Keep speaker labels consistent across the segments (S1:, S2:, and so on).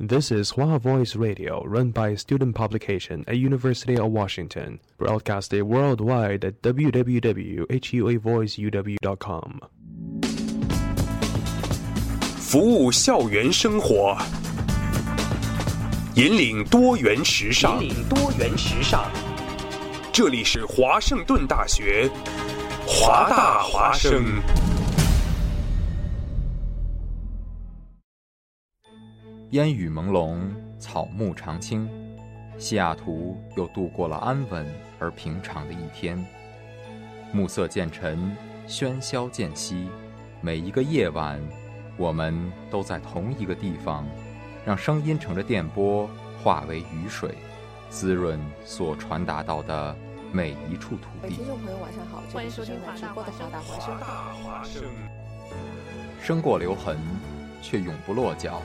S1: This is Hua Voice Radio, run by a student publication at University of Washington, broadcasted worldwide at E www.huavoiceuw.com。
S2: 服务校园生活，引领多元时尚。
S3: 引领多元时尚。
S2: 这里是华盛顿大学，华大华生。
S4: 烟雨朦胧，草木常青，西雅图又度过了安稳而平常的一天。暮色渐沉，喧嚣渐息，每一个夜晚，我们都在同一个地方，让声音乘着电波化为雨水，滋润所传达到的每一处土
S5: 呃
S4: 地
S5: 听。众朋友，晚上好，这
S6: 欢
S5: 里
S6: 迎收
S5: 是
S6: 听
S5: 正在
S6: 华
S5: 直
S6: 大
S5: 播的
S6: 华
S5: 华
S6: 生
S5: 大华生。
S2: 大华生。
S4: 生过留痕，却永不落脚，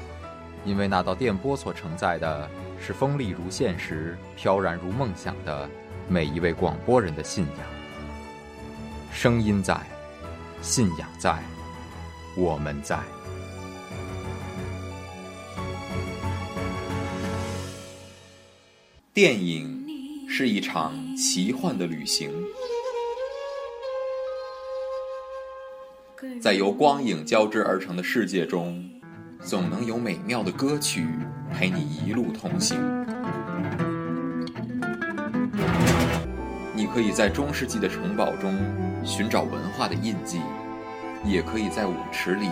S4: 因为那道电波所承载的是锋利如现实、飘然如梦想的每一位广播人的信仰。声音在，信仰在，我们在。电影是一场奇幻的旅行。在由光影交织而成的世界中，总能有美妙的歌曲陪你一路同行。你可以在中世纪的城堡中寻找文化的印记，也可以在舞池里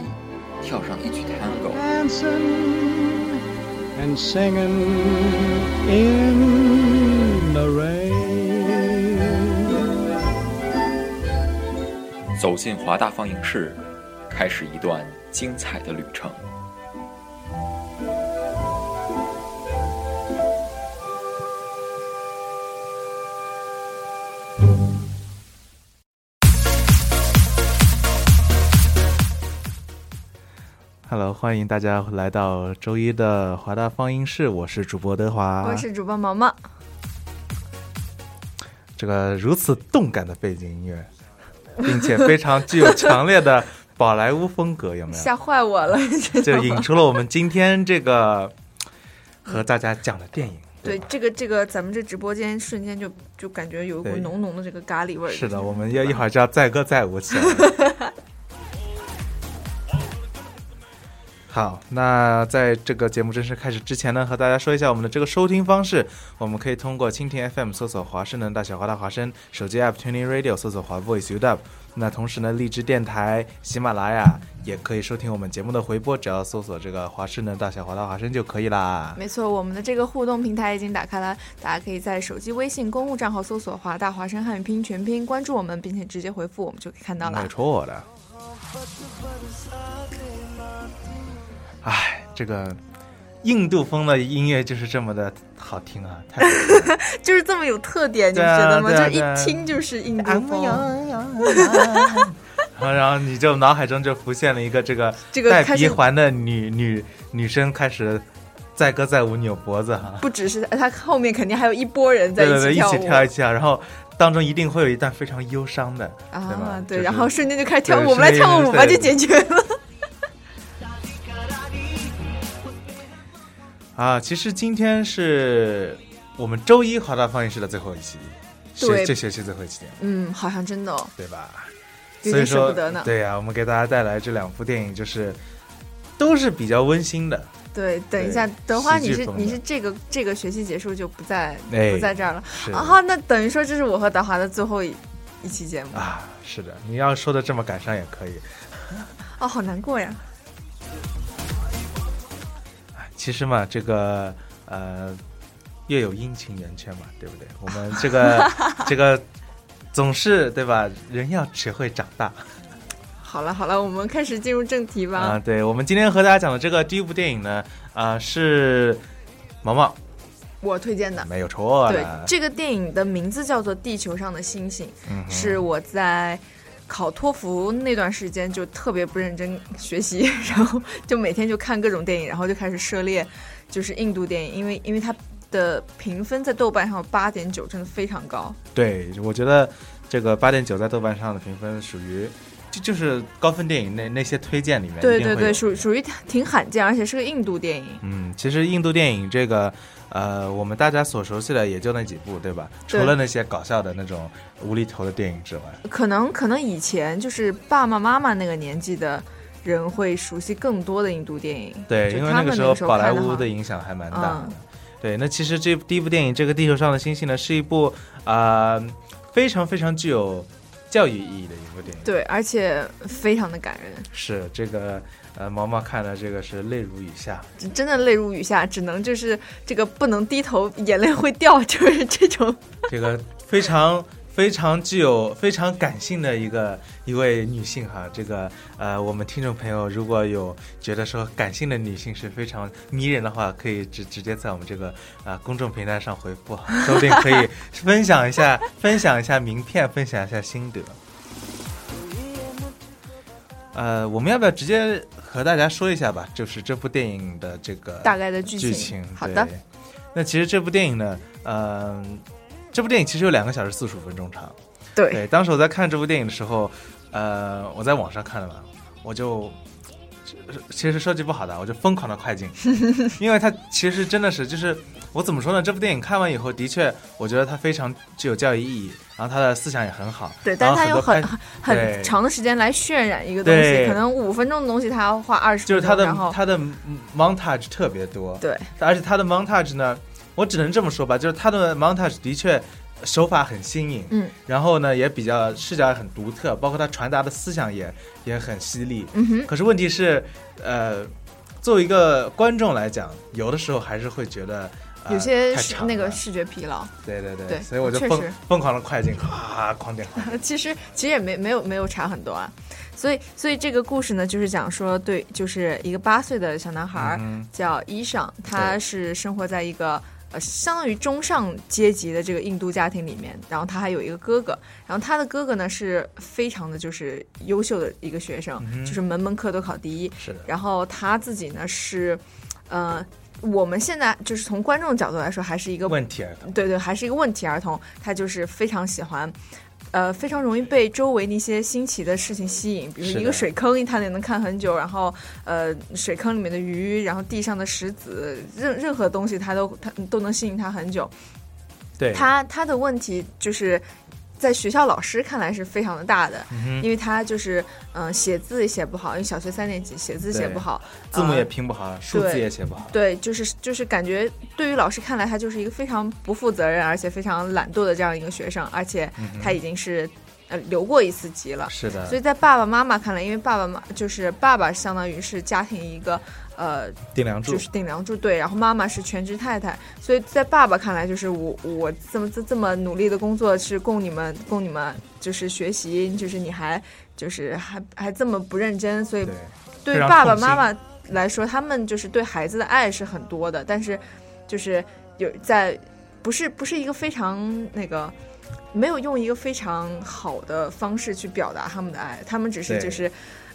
S4: 跳上一曲 tango。
S7: dancing and singing in the rain.
S4: 走进华大放映室，开始一段精彩的旅程。
S8: Hello，欢迎大家来到周一的华大放映室，我是主播德华。
S5: 我是主播毛毛，
S8: 这个如此动感的背景音乐， 并且非常具有强烈的宝莱坞风格，有没 有？
S5: 吓坏我了，这
S8: 就引出了我们今天这个和大家讲的电 影。
S5: 对这个这个，咱们这直播间瞬间就就感觉有一股
S8: 对
S5: 浓浓的这个咖喱味儿。
S8: 是的，我们要一会儿就要载歌载舞起来。好，那在这个节目正式开始之前呢，和大家说一下我们的这个收听方式。我们可以通过蜻蜓 FM 搜索华盛顿大学华大华声，手机 App Tuning Radio 搜索华 Voice U W。那同时呢，荔枝电台、喜马拉雅也可以收听我们节目的回播，只要搜索这个华盛顿大学华大华声就可以啦。
S5: 没错，我们的这个互动平台已经打开了，大家可以在手机微信公共账号搜索“华大华生汉语拼音全拼”，关注我们，并且直接回复，我们就可以看到
S8: 没
S5: 了。
S8: 错的。哎，这个印度风的音乐就是这么的好听啊！ 太好听了
S5: 就是这么有特点，你不
S8: 对
S5: 觉
S8: 啊
S5: 得吗？
S8: 对啊
S5: 就是
S8: 对啊啊
S5: 一听就是印度风，
S8: 然后然后你就脑海中就浮现了一个这个
S5: 这个
S8: 戴
S5: 开
S8: 鼻
S5: 始
S8: 环的女女女生开始载歌载舞扭脖子哈、
S5: 不只是呃他，他后面肯定还有一波人在
S8: 对对对，一
S5: 跳舞啊
S8: 起跳一起跳，然后当中一定会有一段非常忧伤的，对
S5: 啊
S8: 吧？，就
S5: 对，
S8: 是
S5: 然后瞬间就开始跳
S8: 对
S5: 舞，我们来
S8: 瞬间
S5: 跳
S8: 就
S5: 舞吧，
S8: 对
S5: 就解决了。
S8: 啊，其实今天是我们周一华大放映室的最后一期，
S5: 对
S8: 是这学期最后一期节目，
S5: 嗯，好像真的、哦，
S8: 对吧？所
S5: 有
S8: 以
S5: 点舍
S8: 说
S5: 不得呢，
S8: 对呀、我们给大家带来这两部电影，就是都是比较温馨的。
S5: 对，等一
S8: 对
S5: 下，等会儿
S8: 戏剧
S5: 你是
S8: 风
S5: 你
S8: 的
S5: 是这个这个学期结束就不在、
S8: 哎
S5: 不在这儿了
S8: 是的
S5: 啊哈，那等于说这是我和达华的最后一一期节目
S8: 啊，是的，你要说的这么感伤也可以。
S5: 哦，好难过呀，
S8: 其实嘛，这个呃，月有阴晴圆缺嘛，对不对？我们这 个这个总是对吧？人要学会长大
S5: 好了好了，我们开始进入正题吧，
S8: 啊、对，我们今天和大家讲的这个第一部电影呢，啊、是毛毛
S5: 我推荐的。
S8: 没有错
S5: 对
S8: 的，，
S5: 这个电影的名字叫做《地球上的星星》，
S8: 嗯哼
S5: 是我在考托福那段时间就特别不认真学习， 然后就每天就看各种电影，然后就开始涉猎，就是印度电影，因为因为它的评分在豆瓣上八点九，真的非常高。
S8: 对，我觉得这个八点九在豆瓣上的评分属于。就就是高分电影那那些推荐里面，
S5: 对对对，
S8: 是。
S5: 属属于挺罕见，而且是个印度电影。
S8: 嗯，其实印度电影这个，呃，我们大家所熟悉的也就那几部，对吧？除
S5: 对
S8: 了那些搞笑的那种无厘头的电影之外，
S5: 可能可能以前就是爸爸妈妈那个年纪的人会熟悉更多的印度电影，
S8: 对，
S5: 就
S8: 因为
S5: 他
S8: 个
S5: 们
S8: 时
S5: 那个时候
S8: 宝莱
S5: 看的
S8: 坞
S5: 话
S8: 的影响还蛮大的。
S5: 嗯
S8: 对，那其实这第一部电影《这个地球上的星星》呢，是一部呃非常非常具有教育意义的一部电影。
S5: 对，而且非常的感人，
S8: 是这个呃，毛毛看了这个是泪如雨下。
S5: 真真的泪如雨下，只能就是这个不能低头，眼泪会掉， 就是这种。
S8: 这个非常非常具有非常感性的一个一位女性哈，这个呃，我们听众朋友如果有觉得说感性的女性是非常迷人的话，可以直直接在我们这个呃公众平台上回复，说不定可 以分享一下分享一下名片，分享一下心得。呃，我们要不要直接和大家说一下吧？就是这部电影的这个
S5: 大概的剧
S8: 剧
S5: 情
S8: 情。
S5: 好
S8: 对
S5: 的。
S8: 那其实这部电影呢，嗯、这部电影其实有两个小时四十五分钟长。
S5: 对，
S8: 对，当时我在看这部电影的时候，呃，我在网上看的嘛，我就其实说句不好的，我就疯狂的快 进，因为它其实真的是就是我怎么说呢？这部电影看完以后，的确我觉得它非常具有教育意义，然后它的思想也很好，
S5: 对，
S8: 然
S5: 但
S8: 后
S5: 是他有
S8: 多
S5: 很
S8: 拍
S5: 很
S8: 对
S5: 很长的时间来渲染一个东西，
S8: 对
S5: 可能五分钟的东西他要花二十
S8: 就
S5: 分
S8: 是
S5: 钟，
S8: 它的
S5: 然后
S8: 它的 montage 特别多，
S5: 对
S8: 而且它的 montage 呢，我只能这么说吧，就是它的 montage 的确手法很新颖，
S5: 嗯，
S8: 然后呢也比较视角也很独特，包括它传达的思想也也很犀利。
S5: 嗯哼，
S8: 可是问题是，呃，作为一个观众来讲，有的时候还是会觉得。呃
S5: 有些
S8: 太
S5: 视
S8: 长
S5: 那
S8: 了
S5: 个视觉疲劳。
S8: 对对对，
S5: 对
S8: 所以我就
S5: 确
S8: 疯
S5: 实
S8: 疯狂的快进，啊，狂点狂点，
S5: 其实其实也没没有没有差很多啊，所以所以这个故事呢，就是讲说对，就是一个八岁的小男孩儿
S8: 嗯
S5: 叫伊尚，他
S8: 对
S5: 是生活在一个。呃，相当于中上阶级的这个印度家庭里面，然后他还有一个哥哥，然后他的哥哥呢是非常的就是优秀的一个学生，
S8: 嗯哼
S5: 就是门门课都考第一，
S8: 是的，
S5: 然后他自己呢是，呃，我们现在就是从观众角度来说，还是一个
S8: 问题儿童，
S5: 对对，还是一个问题儿童，他就是非常喜欢，呃，非常容易被周围那些新奇的事情吸引，比如
S8: 是
S5: 说
S8: 的
S5: 一个水坑，他也能看很久，然后呃，水坑里面的鱼，然后地上的石子，任任何东西他都他都能吸引他很久。
S8: 对，
S5: 他他的问题就是。在学校老师看来是非常的大的，
S8: 嗯哼
S5: 因为他就是嗯、呃写字也写不好，因为小学三年级写字写
S8: 对
S5: 不好，
S8: 字母
S5: 呃
S8: 也拼不好，数字
S5: 对
S8: 也写不好，
S5: 对，就是就是感觉对于老师看来，他就是一个非常不负责任，而且非常懒惰的这样一个学生，而且他已经是、呃留过一次级了。
S8: 嗯是的
S5: 所，以在爸爸妈妈看来，因为爸爸妈就是爸爸，相当于是家庭一个呃
S8: 顶梁柱
S5: 就，是顶梁柱对，然后妈妈是全职太太，所以在爸爸看来，就是我我这么这这么努力的工作是供你们供你们就是学习，就是你还就是还还这么不认真，所以
S8: 对，
S5: 对
S8: 非常
S5: 爸爸
S8: 痛心
S5: 妈妈来说，他们就是对孩子的爱是很多的，但是就是有在不是不是一个非常那个没有用一个非常好的方式去表达他们的爱，他们只是
S8: 对
S5: 就是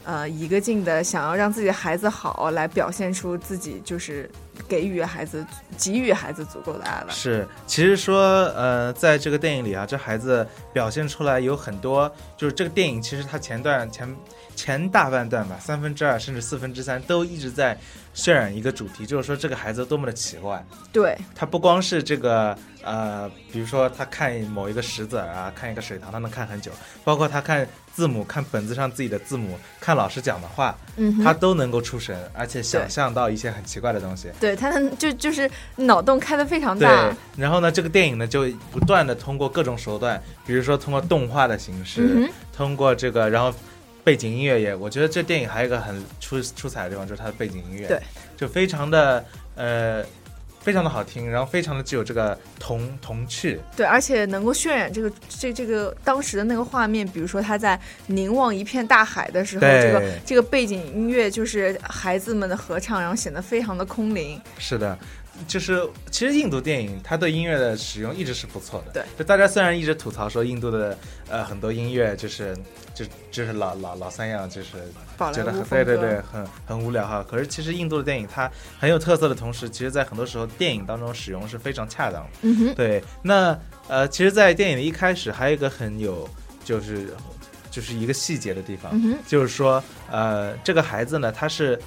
S5: 呃一个劲的想要让自己的孩子好，来表现出自己就是给予孩子给予孩子足够的爱了。
S8: 是，其实说，呃，在这个电影里啊，这孩子表现出来有很多，就是这个电影其实它前段前前大半段吧，三分之二甚至四分之三都一直在渲染一个主题，就是说这个孩子多么的奇怪。
S5: 对
S8: 他不光是这个呃，比如说他看某一个石子儿啊，看一个水塘，他能看很久，包括他看字母、看本子上自己的字母、看老师讲的话，
S5: 嗯哼
S8: 他都能够出神，而且想
S5: 对
S8: 象到一些很奇怪的东西。
S5: 对，他们就就是脑洞开的非常
S8: 对
S5: 大，，
S8: 然后呢，这个电影呢就不断的通过各种手段，比如说通过动画的形式，
S5: 嗯哼
S8: 通过这个，然后背景音乐也，我觉得这电影还有一个很出出彩的地方就是它的背景音乐，
S5: 对，
S8: 就非常的呃。非常的好听，然后非常的具有这个童童趣，
S5: 对，而且能够渲染这个这这个当时的那个画面，比如说他在凝望一片大海的时候，
S8: 对
S5: 这个这个背景音乐就是孩子们的合唱，然后显得非常的空灵。
S8: 是的，就是其实印度电影它对音乐的使用一直是不错的。
S5: 对，
S8: 就大家虽然一直吐槽说印度的呃很多音乐就是就就是老老老三样，就是
S5: 宝莱
S8: 觉
S5: 坞
S8: 得很
S5: 风
S8: 对
S5: 格
S8: 对对很很无聊哈。可是其实印度的电影它很有特色的同时，其实在很多时候电影当中使用是非常恰当的。
S5: 嗯哼，
S8: 对，那呃，其实，在电影的一开始还有一个很有就是就是一个细节的地方，
S5: 嗯哼
S8: 就是说，呃，这个孩子呢，他是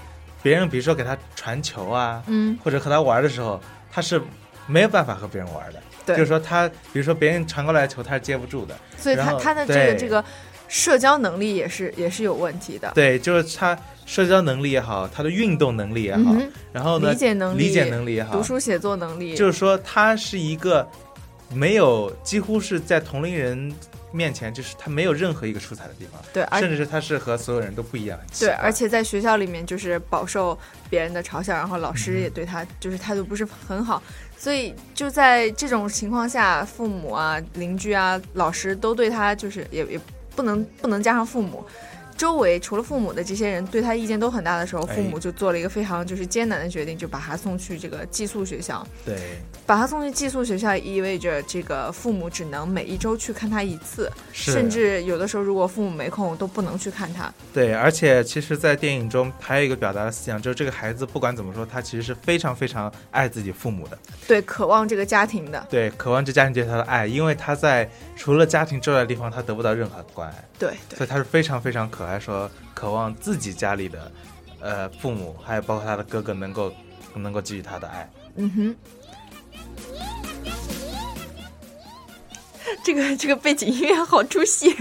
S8: 别人比如说给他传球啊，
S5: 嗯，
S8: 或者和他玩的时候，他是没有办法和别人玩的。
S5: 对
S8: 就是说他，比如说别人传过来的球，他是接不住的。
S5: 所以
S8: 然
S5: 他
S8: 后
S5: 他的这个
S8: 对
S5: 这个社交能力也是也是有问题的。
S8: 对，就是他社交能力也好，他的运动能力也
S5: 嗯
S8: 好，
S5: 哼，
S8: 然后呢，
S5: 理解能力
S8: 理解能力也好
S5: 读，书写作能力
S8: 就是说他是一个没有，几乎是在同龄人面前，就是他没有任何一个出彩的地方，
S5: 对，而
S8: 甚至是他是和所有人都不一样。很奇
S5: 对，
S8: 怪
S5: 而且在学校里面就是饱受别人的嘲笑，然后老
S8: 嗯
S5: 师也对他就是态度不是很好，所以就在这种情况下，父母啊、邻居啊、老师都对他就是也也不能不能加上父母。周围除了父母的这些人对他意见都很大的时候，
S8: 哎
S5: 父母就做了一个非常就是艰难的决定，就把他送去这个寄宿学校。
S8: 对，
S5: 把他送去寄宿学校，意味着这个父母只能每一周去看他一次，
S8: 是
S5: 甚至有的时候如果父母没空都不能去看他。
S8: 对，而且其实，在电影中还有一个表达的思想，就是这个孩子不管怎么说，他其实是非常非常爱自己父母的，
S5: 对，渴望这个家庭的，
S8: 对，渴望这家庭对他的爱，因为他在除了家庭之外的地方，他得不到任何关爱，
S5: 对对
S8: 所以他是非常非常渴爱说渴望自己家里的，呃，父母还有包括他的哥哥能够能够给予他的爱。
S5: 嗯哼。这个这个背景音乐好出戏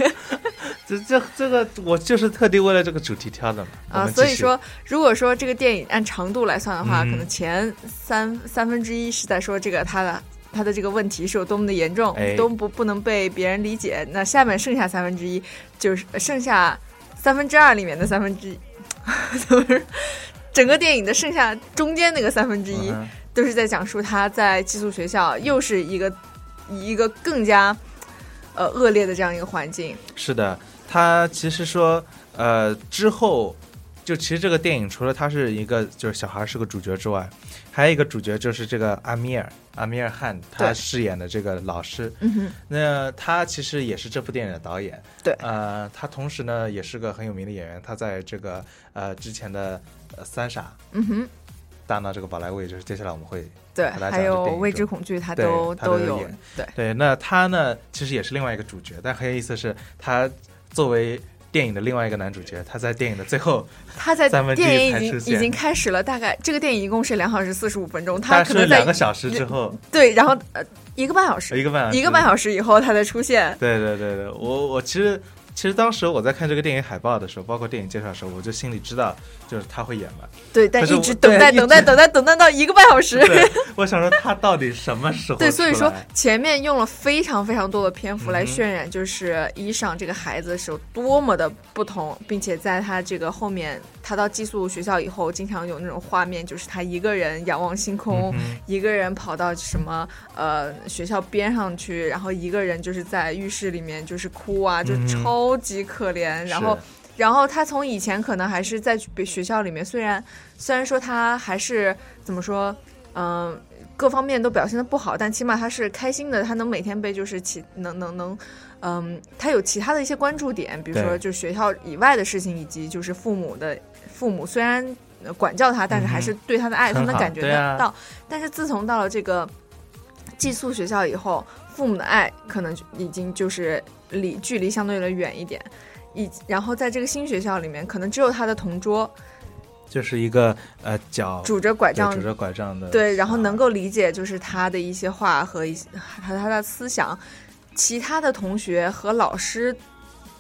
S8: 这这这个我就是特地为了这个主题挑的嘛
S5: 啊！所以说，如果说这个电影按长度来算的话，
S8: 嗯
S5: 可能前三三分之一是在说这个他的他的这个问题是有多么的严重，
S8: 哎
S5: 都不不能被别人理解。那下面剩下三分之一就是剩下三分之二里面的三分之一， 怎么说整个电影的剩下中间那个三分之一，
S8: 嗯哼
S5: 都是在讲述他在寄宿学校又是一个一个更加呃恶劣的这样一个环境。
S8: 是的，他其实说，呃，之后就其实这个电影除了他是一个就是小孩是个主角之外，还有一个主角就是这个阿米尔阿米尔汗他
S5: 对
S8: 饰演的这个老师，
S5: 嗯哼，
S8: 那他其实也是这部电影的导演，
S5: 对
S8: 呃，他同时呢也是个很有名的演员，他在这个呃之前的呃三傻
S5: 嗯哼，
S8: 大闹这个宝莱坞，也就是接下来我们会
S5: 对，
S8: 和大家
S5: 还有
S8: 讲这电影
S5: 未知
S8: 中
S5: 恐惧，他
S8: 对
S5: 都
S8: 他都有
S5: 有
S8: 演。
S5: 对，
S8: 对，那他呢，其实也是另外一个主角，但很有意思的是，他作为电影的另外一个男主角，他在电影的最后，
S5: 他在
S8: 三分之一
S5: 电影
S8: 才
S5: 已经
S8: 出
S5: 已
S8: 现
S5: 经开始了，大概这个电影一共是两小时四十五分钟，
S8: 大
S5: 他
S8: 概
S5: 可
S8: 是
S5: 能在
S8: 两个小时之 后，
S5: 对，然后呃一个半小时，
S8: 一个半小时
S5: 一个半小时以后他才出现。
S8: 对对对对，我我其实其实当时我在看这个电影海报的时候，包括电影介绍的时候，我就心里知道就是他会演嘛，
S5: 对，但
S8: 可是
S5: 一
S8: 我
S5: 直
S8: 对
S5: 等待，
S8: 一
S5: 等待，
S8: 直
S5: 等待，等待到一个半小时。
S8: 对，我想说他到底什么时候
S5: 对，所以
S8: 出
S5: 说
S8: 来
S5: 前面用了非常非常多的篇幅来
S8: 嗯哼
S5: 渲染，就是伊尚这个孩子是有多么的不同，并且在他这个后面，他到寄宿学校以后，经常有那种画面，就是他一个人仰望星空，
S8: 嗯
S5: 一个人跑到什么呃学校边上去，然后一个人就是在浴室里面就是哭啊，就
S8: 嗯哼
S5: 超级可怜，然后
S8: 是。
S5: 然后他从以前可能还是在学校里面，虽然虽然说他还是怎么说，嗯、各方面都表现的不好，但起码他是开心的，他能每天被就是其能能能，嗯，他有其他的一些关注点，比如说
S8: 对
S5: 就是学校以外的事情，以及就是父母的父母虽然呃管教他，但是还
S8: 嗯
S5: 是对他的爱，
S8: 很
S5: 他
S8: 好
S5: 能感觉
S8: 对啊
S5: 得到。但是自从到了这个寄宿学校以后，父母的爱可能就已经就是离距离相对的远一点。以然后在这个新学校里面，可能只有他的同
S8: 哦
S5: 桌
S8: 就是一个呃脚
S5: 拄着拐
S8: 对
S5: 杖
S8: 拄着拐杖啊的
S5: 对，然后
S8: 小孩
S5: 能够理解就是他的一些话和一些和他的思想，其他的同学和老师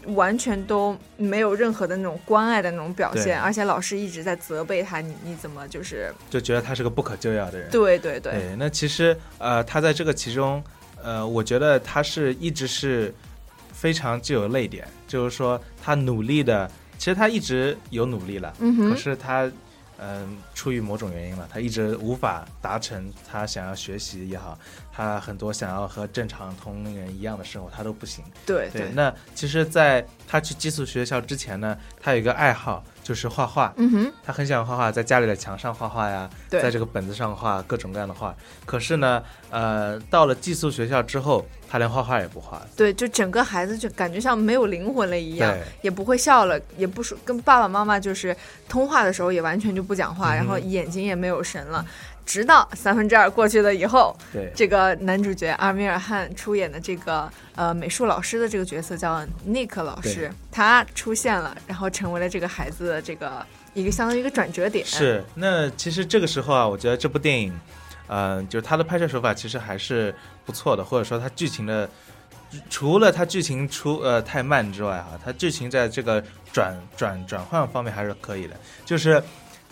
S5: 完全都没有任何的那种关爱的那种表
S8: 对
S5: 现，而且老师一直在责备他，你你怎么就是
S8: 就觉得他是个不可救药的人，
S5: 对对对，
S8: 对，那其实呃，他在这个其中，呃，我觉得他是一直是呃非常具有泪点，就是说他努力的，其实他一直有努力了，
S5: 嗯
S8: 可
S5: 哼，
S8: 是他嗯、出于某种原因了，他一直无法达成他想要学习也好，他很多想要和正常同龄人一样的生活，他都不行。
S5: 对
S8: 对，那其实，在他去寄宿学校之前呢，他有一个爱好就是画画，
S5: 嗯哼，
S8: 他很想画画，在家里的墙上画画呀，
S5: 对
S8: 在这个本子上画各种各样的画。可是呢，呃，到了寄宿学校之后，他连画画也不画了。
S5: 对，就整个孩子就感觉像没有灵魂了一样
S8: 对，
S5: 也不会笑了，也不
S8: 嗯
S5: 说跟爸爸妈妈就是通话的时候也完全就不讲话，然后眼睛也没有神了。直到三分之二过去了以后，
S8: 对
S5: 这个男主角阿米尔汗出演的这个呃美术老师的这个角色叫 Nick 老师
S8: 对，
S5: 他出现了，然后成为了这个孩子的这个一个相当于一个转折点。，
S8: 是，那其实这个时候啊，我觉得这部电影，嗯、就是它的拍摄手法其实还是不错的，或者说它剧情的，除了它剧情出呃太慢之外啊，它剧情在这个转转转换方面还是可以的，就是。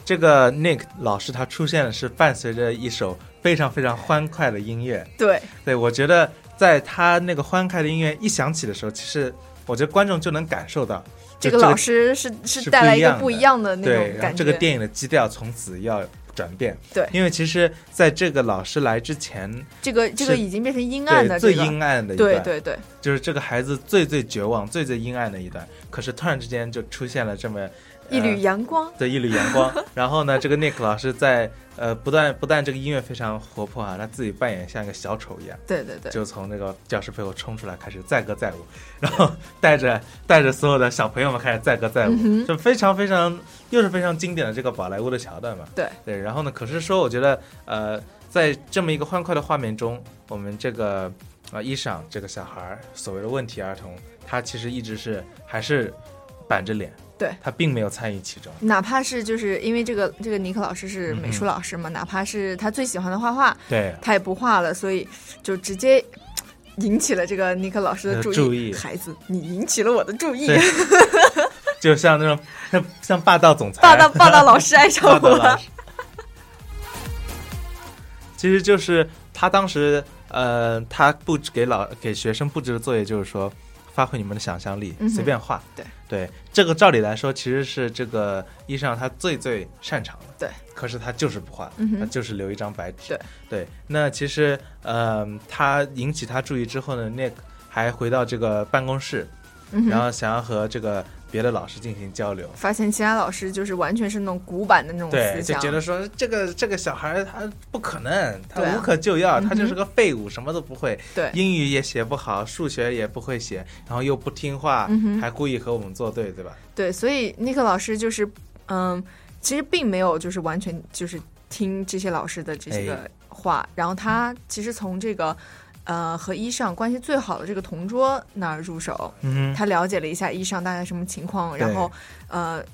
S8: 这个 Nick 老师他出现的是伴随着一首非常非常欢快的音乐，
S5: 对，
S8: 对我觉得在他那个欢快的音乐一响起的时候，其实我觉得观众就能感受到
S5: 这
S8: 就
S5: 个老师是
S8: 是
S5: 是带来一个
S8: 不
S5: 不
S8: 一
S5: 一样的那
S8: 对，
S5: 种
S8: 然
S5: 感
S8: 后
S5: 觉。
S8: 这个电影的基调从此要转变。
S5: 对
S8: 因为其实在这个老师来之前，
S5: 这个这个
S8: 是
S5: 已经变成阴暗的
S8: 对最
S5: 这个，
S8: 阴暗的一
S5: 对
S8: 段，
S5: 对对，
S8: 就是这个孩子最最绝望、最最阴暗的一段。可是突然之间就出现了这么
S5: 一
S8: 呃
S5: 缕阳光，
S8: 对一缕阳光。 然后呢，这个 Nick 老师在呃不但不但这个音乐非常活泼啊，他自己扮演像一个小丑一样。
S5: 对对对，
S8: 就从那个教室背后冲出来，开始载歌载舞，然后带着带着所有的小朋友们开始载歌
S5: 嗯
S8: 载舞，就非常非常又是非常经典的这个宝莱坞的桥段嘛。
S5: 对
S8: 对，然后呢，可是说我觉得呃，在这么一个欢快的画面中，我们这个啊、呃、伊赏这个小孩儿所谓的问题儿童，他其实一直是还是板着脸，
S5: 对
S8: 他并没有参与其中。
S5: 哪怕是就是因为这个这个尼克老师
S8: 嗯
S5: 是美术老师嘛，哪怕是他最喜欢的画画，
S8: 对，
S5: 他也不画了，所以就直接引起了这个尼克老师的
S8: 呃
S5: 注意。
S8: 注意
S5: 孩子，你引起了我的注意，
S8: 对 就像那种像像霸道总裁， 啊
S5: 霸道霸道老师爱上
S8: 报
S5: 我
S8: 道老
S5: 了。
S8: 师。其实就是呃他当时，呃，他布置给老给学生布置的作业就是说，发挥你们的想象力，
S5: 嗯哼
S8: 随便画。
S5: 对
S8: 对，这个照理来说，其实是这个医生他最最擅长的。
S5: 对，
S8: 可是他就是不画，
S5: 嗯哼
S8: 他就是留一张白纸。
S5: 对
S8: 对，那其实，呃，他引起他注意之后呢，Nick 还回到这个办公室，
S5: 嗯
S8: 然
S5: 哼，
S8: 后想要和这个别的老师进行交流。
S5: 发现其他老师就是完全是那种古板的那种
S8: 对，
S5: 思
S8: 就
S5: 想，
S8: 觉得说这个这个小孩儿他不可能，他
S5: 对啊
S8: 无可救药，
S5: 嗯哼
S8: 他就是个废物，什么都不会，
S5: 对
S8: 英语也写不好，数学也不会写，然后又不听话，
S5: 嗯哼
S8: 还故意和我们作对，对吧？
S5: 对，所以尼克老师就是，嗯，其实并没有就是完全就是听这些老师的这些个
S8: 哎
S5: 话，然后他其实从这个。呃，和伊尚关系最好的这个同桌那儿入手，
S8: 嗯，
S5: 他了解了一下伊尚大概什么情
S8: 对
S5: 况，然后，呃，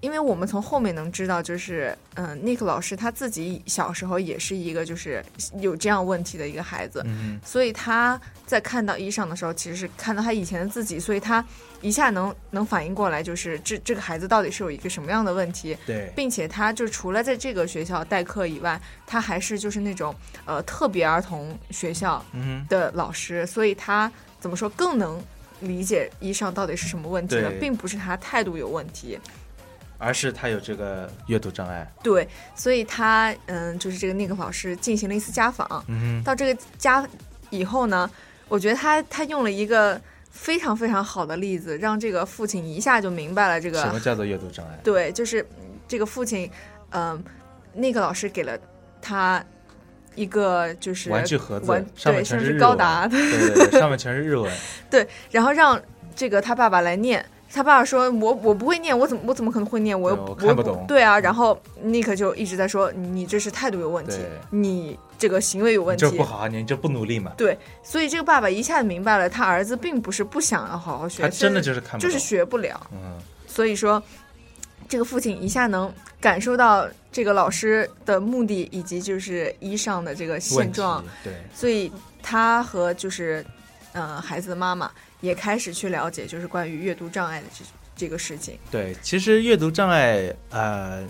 S5: 因为我们从后面能知道，就是，嗯、尼克老师他自己小时候也是一个就是有这样问题的一个孩子，
S8: 嗯，
S5: 所以他在看到衣裳的时候，其实是看到他以前的自己，所以他一下能能反应过来，就是这这个孩子到底是有一个什么样的问题，
S8: 对，
S5: 并且他就除了在这个学校代课以外，他还是就是那种呃特别儿童学校
S8: 嗯，
S5: 的老师，所以他怎么说更能理解衣裳到底是什么问题呢
S8: 对？
S5: 并不是他态度有问题，
S8: 而是他有这个阅读障碍，
S5: 对，所以他嗯就是这个尼克老师进行了一次家访，
S8: 嗯
S5: 到这个家以后呢，我觉得他他用了一个非常非常好的例子，让这个父亲一下就明白了这
S8: 哼，什么
S5: 个
S8: 叫做阅读障碍？
S5: 对，就是嗯这个父亲，嗯、那个老师给了他一个就是
S8: 玩具盒子
S5: 玩
S8: 上面
S5: 对，
S8: 全
S5: 甚
S8: 是啊
S5: 至
S8: 日
S5: 高
S8: 文
S5: 达，
S8: 对对对，上面全是日文，
S5: 对，然后让这个他爸爸来念。他爸爸说：“我我不会念，我怎么我怎么可能会念？我又
S8: 对我
S5: 我
S8: 看不懂
S5: 对啊，然后尼克就一直在说：“你这是态度有问题
S8: 对，
S5: 你这个行为有 问
S8: 你
S5: 题，
S8: 就不好好念，你就不努力嘛，
S5: 对，所以这个爸爸一下子明白了，他儿子并不是不想要好好学，
S8: 他真的
S5: 是
S8: 就是看不
S5: 就
S8: 懂，
S5: 是学不了。
S8: 嗯，
S5: 所以说，这个父亲一下能感受到这个老师的目的以及就是衣裳的这个现
S8: 问题
S5: 状，，
S8: 对，
S5: 所以他和就是呃孩子的妈妈也开始去了解就是关于阅读障碍的这这个事情。
S8: 对，其实阅读障碍，呃，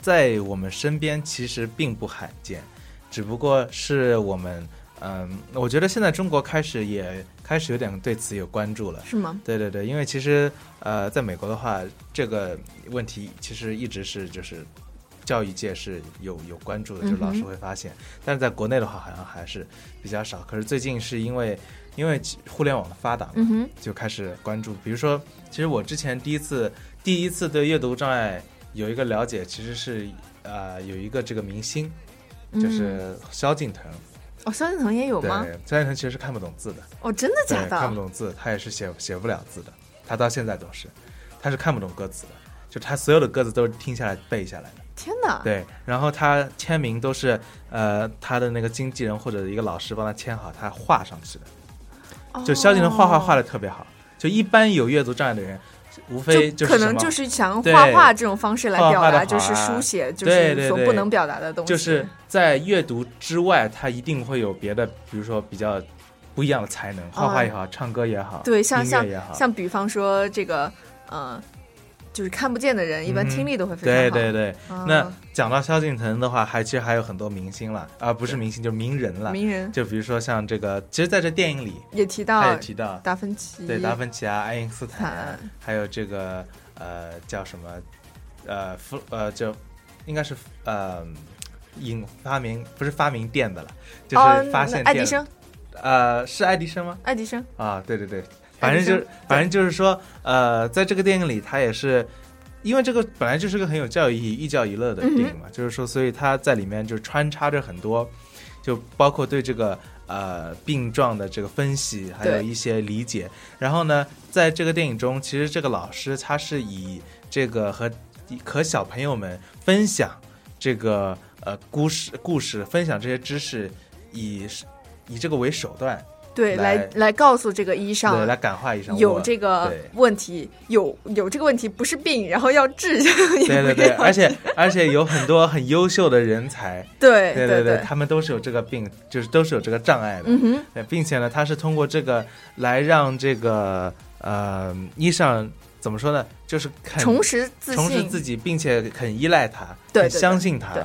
S8: 在我们身边其实并不罕见，只不过是我们，嗯、我觉得现在中国开始也开始有点对此有关注了。
S5: 是吗？
S8: 对对对，因为其实呃，在美国的话，这个问题其实一直是就是教育界是有有关注的，就是老师
S5: 嗯哼
S8: 会发现，但是在国内的话好像还是比较少。可是最近是因为因为互联网的发达嘛，
S5: 嗯哼，
S8: 就开始关注。比如说，其实我之前第一次第一次对阅读障碍有一个了解，其实是呃有一个这个明星，就是萧敬腾。
S5: 哦，萧敬腾也有
S8: 对
S5: 嗯吗？，
S8: 萧敬腾其实是看不懂字的，
S5: 哦，真的假
S8: 对，看不
S5: 的？
S8: 懂字，他也是写写不了字的，他到现在都是，他是看不懂歌词的，就他所有的歌词都是听下来背下来的。
S5: 天哪！
S8: 对，然后他签名都是呃他的那个经纪人或者一个老师帮他签好，他画上去的。
S5: 哦，
S8: 就萧敬腾画画画的特别好，就一般有阅读障碍的人，无非
S5: 就
S8: 什
S5: 可
S8: 么
S5: 能就是想
S8: 对
S5: 用画画这种方式来表
S8: 画画
S5: 达，
S8: 得
S5: 就是
S8: 好啊
S5: 书写，就
S8: 对
S5: 是
S8: 对
S5: 所
S8: 对
S5: 不能表达的东西。
S8: 就是在阅读之外，他一定会有别的，比如说比较不一样的才能，画画也好，唱歌也好，
S5: 哦对，像
S8: 音
S5: 像
S8: 乐也好，
S5: 像比方说这个，呃，就是看不见的人，一般
S8: 嗯
S5: 听力都会非常
S8: 对
S5: 好。
S8: 对对。
S5: 啊
S8: 那讲到萧敬腾的话，还其实还有很多明星了，啊、不是明星就是名人了，
S5: 名啊人
S8: 就比如说像这个，其实在这电影里
S5: 也提
S8: 他
S5: 到
S8: 也提到，
S5: 达芬奇，
S8: 对达芬奇啊、爱因斯坦啊
S5: 惨，
S8: 还有这个呃叫什么呃弗呃就应该是呃引发明不是发明电的了，就
S5: 哦
S8: 是发现
S5: 那爱
S8: 电
S5: 迪生，
S8: 呃是爱迪生吗？
S5: 爱迪生，
S8: 啊，对对对，
S5: 爱
S8: 反正
S5: 迪
S8: 就
S5: 生
S8: 是反正就是说呃在这个电影里他也是。因为这个本来就是个很有教育意义、寓教于乐的电影嘛，就是说，所以他在里面就穿插着很多，就包括对这个呃病状的这个分析，还有
S5: 对
S8: 一些理解。然后呢，在这个电影中，其实这个老师他是以这个和和小朋友们分享这个呃故事故事，分享这些知识，以以这个为手段，
S5: 对，
S8: 来
S5: 来来告诉这个医
S8: 对，
S5: 生
S8: 来感化一生
S5: 有
S8: 我
S5: 这个
S8: 对
S5: 问题，有有这个问题不是病，然后要治。
S8: 对对
S5: 对
S8: 对，而且而且有很多很优秀的人才，
S5: 对
S8: 对
S5: 对
S8: 对，他们都是有这个病，就是都是有这个障碍的。
S5: 嗯哼，
S8: 对，并且呢，他是通过这个来让这个呃医生怎么说呢，就是肯
S5: 重拾自
S8: 重拾
S5: 信，
S8: 自己，并且肯依赖他，
S5: 对
S8: 很
S5: 对
S8: 相信他
S5: 对。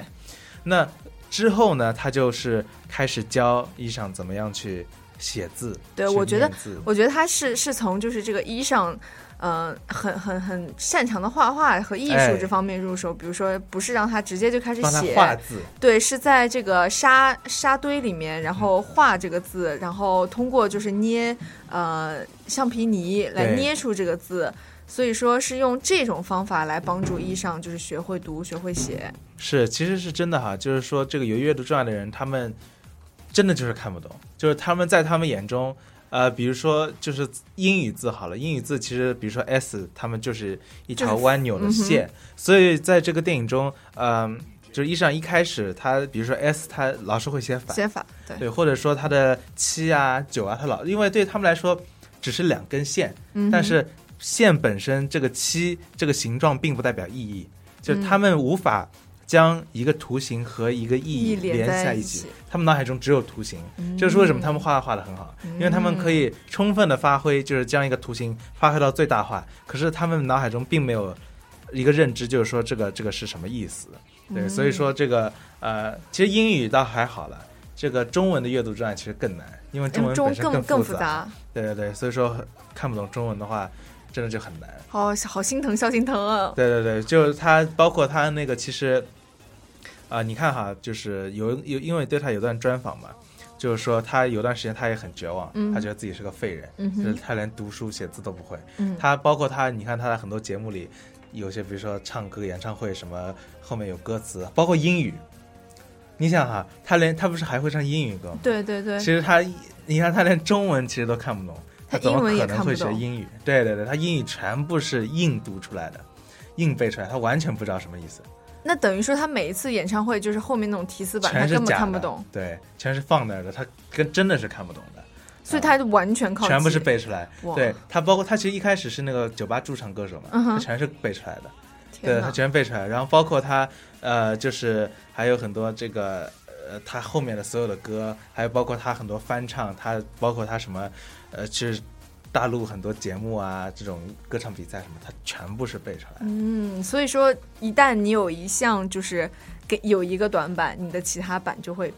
S8: 那之后呢，他就是开始教医生怎么样去写字。
S5: 对
S8: 去
S5: 我觉得
S8: 念字
S5: 我觉得他是是从就是这个衣裳，呃，很很很擅长的画画和艺
S8: 哎
S5: 术这方面入手。比如说，不是让他直接就开始
S8: 帮他
S5: 写，
S8: 画字，
S5: 对，是在这个沙沙堆里面，然
S8: 嗯
S5: 后画这个字，然后通过就是捏呃橡皮泥来
S8: 对
S5: 捏出这个字。所以说是用这种方法来帮助医生，就是学会读、学会写。
S8: 是，其实是真的哈，就是说这个有阅读障碍的人，他们真的就是看不懂，就是他们在他们眼中，呃，比如说就是英语字好了，英语字其实比如说 s，他们就是一条
S5: 就是嗯
S8: 弯扭的线，所以在这个电影中，嗯、就是一上一开始他比如说 s，他老师会写反，
S5: 写法对
S8: 对，或者说他的七啊九啊，他老因为对他们来说只是两根线，
S5: 嗯哼
S8: 但是线本身这个七这个形状并不代表意义，
S5: 嗯
S8: 就是他们无法将一个图形和一个意义
S5: 意连
S8: 联
S5: 在
S8: 在
S5: 一
S8: 一
S5: 起
S8: 起，
S5: 嗯
S8: 他们脑海中只有图形，这是为什么他们画画画的很好，因为他们可以充分的发挥，就是将一个图形发挥到最大化，可是他们脑海中并没有一个认知，就是说这个这个是什么意思，对，
S5: 嗯
S8: 所以说这个呃，其实英语倒还好了。这个中文的阅读障碍其实更难，因为中文
S5: 嗯中
S8: 本身
S5: 更
S8: 更
S5: 更复杂，
S8: 对对对，所以说看不懂中文的话，真的就很难。
S5: 好好心疼，萧心疼啊！
S8: 对对对，就是他，包括他那个，其实，啊、你看哈，就是有有，因为对他有段专访嘛，就是说他有段时间他也很绝望，
S5: 嗯
S8: 他觉得自己是个废人，
S5: 嗯哼
S8: 就是他连读书写字都不会。
S5: 嗯
S8: 他包括他，你看他在很多节目里，有些比如说唱歌、演唱会什么，后面有歌词，包括英语。你想哈，他连他不是还会唱英语歌吗？
S5: 对对对
S8: 其，实他，你看他连中文其实都看不懂，
S5: 他
S8: 怎么
S5: 英文也
S8: 可能
S5: 看不
S8: 会学
S5: 懂
S8: 英语？对对对，他英语全部是硬读出来的，硬背出来，他完全不知道什么意思，
S5: 那等于说他每一次演唱会就是后面那种提词板，他
S8: 全是
S5: 根本
S8: 假的，
S5: 看不懂，
S8: 对，全是放那儿的，他跟真的是看不懂的，
S5: 所以他就完全靠
S8: 嗯全部
S5: 记
S8: 是背出来。
S5: 哇
S8: 对他，包括他其实一开始是那个酒吧驻唱歌手嘛，
S5: 嗯哼
S8: 他全是背出来的，对
S5: 天
S8: 他
S5: 哪，
S8: 全背出来，然后包括他呃，就是还有很多这个呃，他后面的所有的歌，还有包括他很多翻唱，他包括他什么呃，去大陆很多节目啊，这种歌唱比赛什么，他全部是背出来的。
S5: 嗯，所以说一旦你有一项就是给有一个短板，你的其他板就会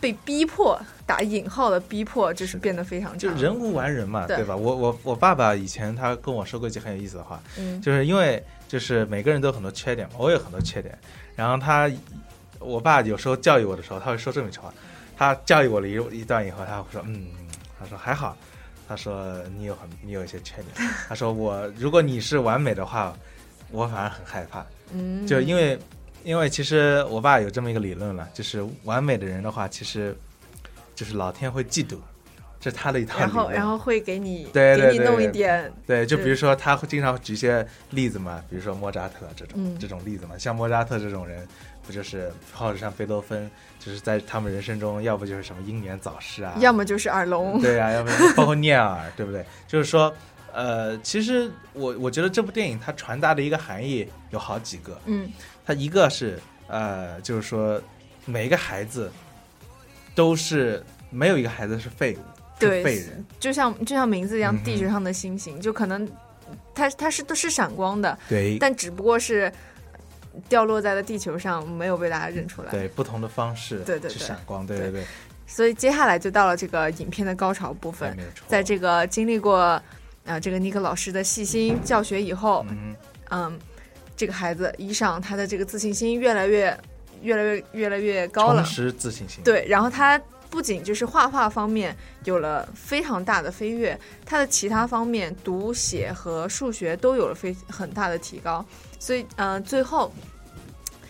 S5: 被逼迫打引号的逼迫，就是变得非常
S8: 就
S5: 差。
S8: 人无完人嘛，
S5: 对
S8: 对吧？我我我爸爸以前他跟我说过一句很有意思的话，
S5: 嗯
S8: 就是因为就是每个人都有很多缺点嘛，我也有很多缺点。然后他，我爸有时候教育我的时候，他会说这么一句话。他教育我了一一段以后，他会说：“嗯，他说还好。”他说：“你有很你有一些缺点。”他说我：“如果你是完美的话，我反而很害怕。”
S5: 嗯，
S8: 就因为因为其实我爸有这么一个理论了，就是完美的人的话，其实就是老天会嫉妒。这是他的一套理
S5: 然
S8: 论。
S5: 后然后会给你
S8: 对对
S5: 给你
S8: 对
S5: 弄一
S8: 对
S5: 点，
S8: 对，就
S5: 对
S8: 比如说他会经常举一些例子嘛，比如说莫扎特啊这种、
S5: 嗯
S8: 这种例子嘛，像莫扎特这种人，不就是或者像贝多芬，就是在他们人生中，要不就是什么英年早逝啊，
S5: 要么就是耳聋，
S8: 对啊，要不然包括聂耳，对不对？就是说，呃，其实我我觉得这部电影它传达的一个含义有好几个，
S5: 嗯
S8: 它一个是呃，就是说每一个孩子都是没有一个孩子是废物，是
S5: 对
S8: 废人，
S5: 就像就像名字一样
S8: 嗯，哼
S5: 地球上的星星，就可能它它是都是闪光的，
S8: 对
S5: 但只不过是掉落在了地球上，没有被大家认出来。
S8: 对不同的方式
S5: 对对
S8: 去
S5: 对
S8: 闪光，对对对，
S5: 所以接下来就到了这个影片的高潮部
S8: 哎
S5: 分
S8: 没有，错
S5: 在这个经历过呃这个尼克老师的细心教学以后，
S8: 嗯，
S5: 嗯，这个孩子伊尚他的这个自信心越来越越来越越来越高了
S8: 重，拾自信心，
S5: 对，然后他不仅就是画画方面有了非常大的飞跃，他的其他方面读写和数学都有了非很大的提高，所以嗯、呃最后。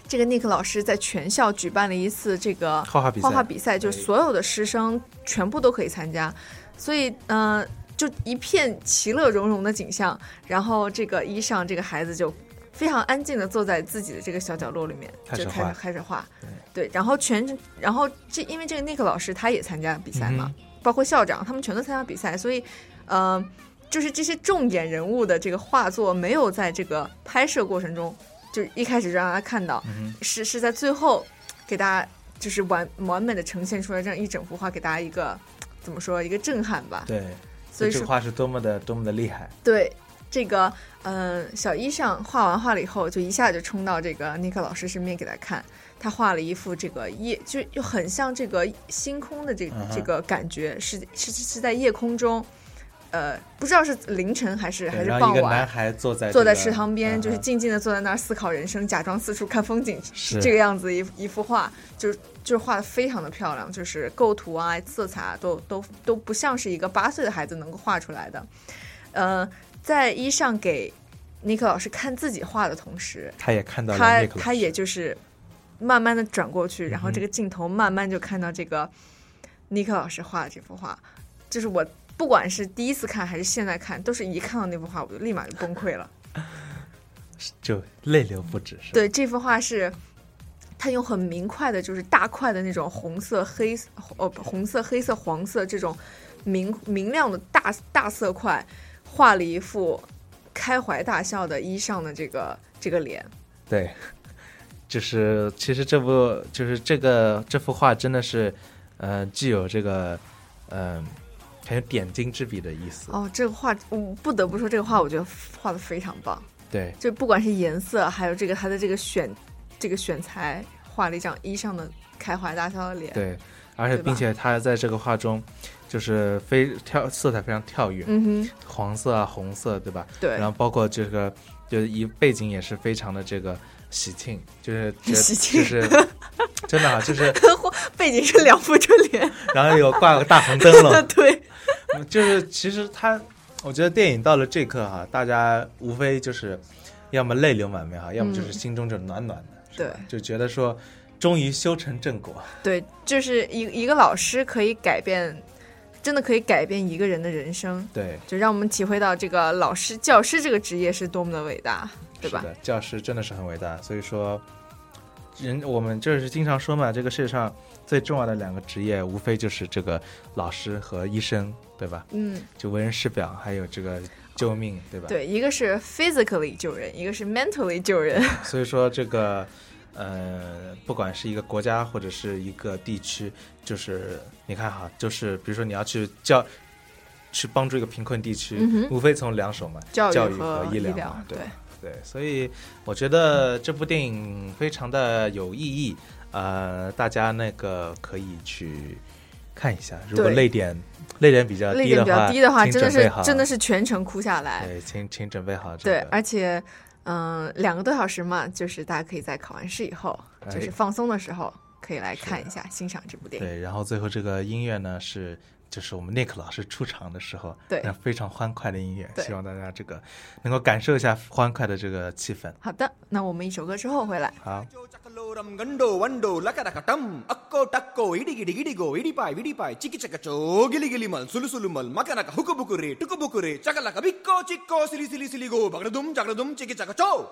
S5: 这个尼克老师在全校举办了一次这个
S8: 画画比赛哎
S5: 画画比赛，就所有的师生全部都可以参加，所以嗯、呃就一片其乐融融的景象。然后这个伊尚这个孩子就非常安静的坐在自己的这个小角落里面，
S8: 开始
S5: 就开
S8: 画
S5: 始开始画。对，然后全，然后这因为这个 Nick 老师他也参加比赛嘛，包括校长他们全都参加比赛，所以，呃，就是这些重点人物的这个画作没有在这个拍摄过程中，就是一开始让大家看到，是是在最后给大家就是完完美的呈现出来这样一整幅画，给大家一个怎么说一个震撼吧。
S8: 对，
S5: 所以
S8: 这
S5: 说
S8: 个画是多么的多么的厉害，
S5: 对这个，嗯、小衣裳画完画了以后，就一下就冲到这个尼克老师身边给他看，他画了一幅这个夜，就又很像这个星空的这个、
S8: 嗯哼
S5: 这个感觉，是是是在夜空中，呃，不知道是凌晨还是还
S8: 对
S5: 是
S8: 然后
S5: 傍
S8: 一个男
S5: 晚。
S8: 孩坐在
S5: 坐
S8: 这
S5: 在
S8: 个
S5: 池塘边，
S8: 嗯
S5: 就是
S8: 嗯
S5: 静静的坐在那儿思考人生，假装四处看风景，
S8: 是
S5: 这个样子一一幅画，就是就是画的非常的漂亮，就是构图啊、色彩啊，都都都不像是一个八岁的孩子能够画出来的。呃，在一上给尼克老师看自己画的同时，
S8: 他也看到了
S5: 他
S8: 尼克老
S5: 他
S8: 师嗯
S5: 也就是慢慢的转过去，然后这个镜头慢慢就看到这个尼克老师画的这幅画，就是我不管是第一次看还是现在看，都是一看到那幅画我就立马就崩溃了。
S8: 就泪流不止，是吧
S5: 对，这幅画是他用很明快的，就是大块的那种红色、黑色呃不红色、黑色、黄色这种明明亮的大大色块，画了一副开怀大笑的衣裳的这个这个脸。
S8: 对，就是其实这部就是这个这幅画真的是，呃，具有这个，嗯、很有点睛之笔的意思。
S5: 哦，这个画，我不得不说，这个画我觉得画的非常棒，
S8: 对，
S5: 就不管是颜色，还有这个他的这个选这个选材，画了一张衣裳的开怀大笑的脸。
S8: 对，而且
S5: 对吧
S8: 并且他在这个画中，就是非跳色彩非常跳跃，
S5: 嗯哼，
S8: 黄色啊、红色，对吧？
S5: 对
S8: 然后包括这个，就是一背景也是非常的这个喜庆，就是就
S5: 喜庆
S8: 就是真的啊，就是
S5: 跟画背景是两副这脸，
S8: 然后有挂个大红灯笼，
S5: 对。
S8: 嗯就是其实他，我觉得电影到了这一刻哈、大家无非就是要么泪流满面哈、要么
S5: 嗯
S8: 就是心中就暖暖的，是吧就觉得说终于修成正果，
S5: 对，就是一一个老师可以改变，真的可以改变一个人的人生，
S8: 对，
S5: 就让我们体会到这个老师、教师这个职业是多么的伟大，对吧
S8: 是？的，教师真的是很伟大，所以说。人，我们就是经常说嘛，这个世界上最重要的两个职业，无非就是这个老师和医生，对吧？
S5: 嗯，
S8: 就为人师表，还有这个救命，对吧？
S5: 对，一个是 physically 救人，一个是 mentally 救人，
S8: 所以说这个，呃，不管是一个国家或者是一个地区，就是你看哈，就是比如说你要去教，去帮助一个贫困地区，
S5: 嗯哼
S8: 无非从两手嘛，
S5: 教
S8: 育
S5: 育
S8: 和
S5: 和
S8: 医疗
S5: 疗
S8: 嘛，对
S5: 对
S8: 吧对，所以我觉得这部电影非常的有意义，呃，大家那个可以去看一下，如果
S5: 对
S8: 泪点泪点比较呃
S5: 泪
S8: 低
S5: 点
S8: 的
S5: 比较
S8: 话，
S5: 低的话，
S8: 请
S5: 真的
S8: 准备
S5: 是
S8: 好
S5: 真的是全程哭下来。
S8: 对，请请准备好这
S5: 对
S8: 个，，
S5: 而且，嗯、两个多小时嘛，就是大家可以在考完试以后，就
S8: 哎
S5: 是放松的时候，可以来看一下、欣赏这部电影。
S8: 对，然后最后这个音乐呢是就是我们 Nick 老师出场的时候，
S5: 对
S8: 那非常欢快的音乐，
S5: 对
S8: 希望大家这个能够感受一下欢快的这个气氛。
S5: 好的，那我们一首歌之后回来。
S8: 好，
S3: Joe Jackaload From Gundo, Wando, Lakadakatam, Akko, Takko, Idigidi, Idigo, Idipai, Vidipai, Chikichakacho, Giligilimal, Sulusulumal, Makanaka, Hukubukuri, Tukubukuri, Chakalaka, Biko, Chico, Sili, Sili, Siligo, Bagadum, Chakadum, Chikichakacho.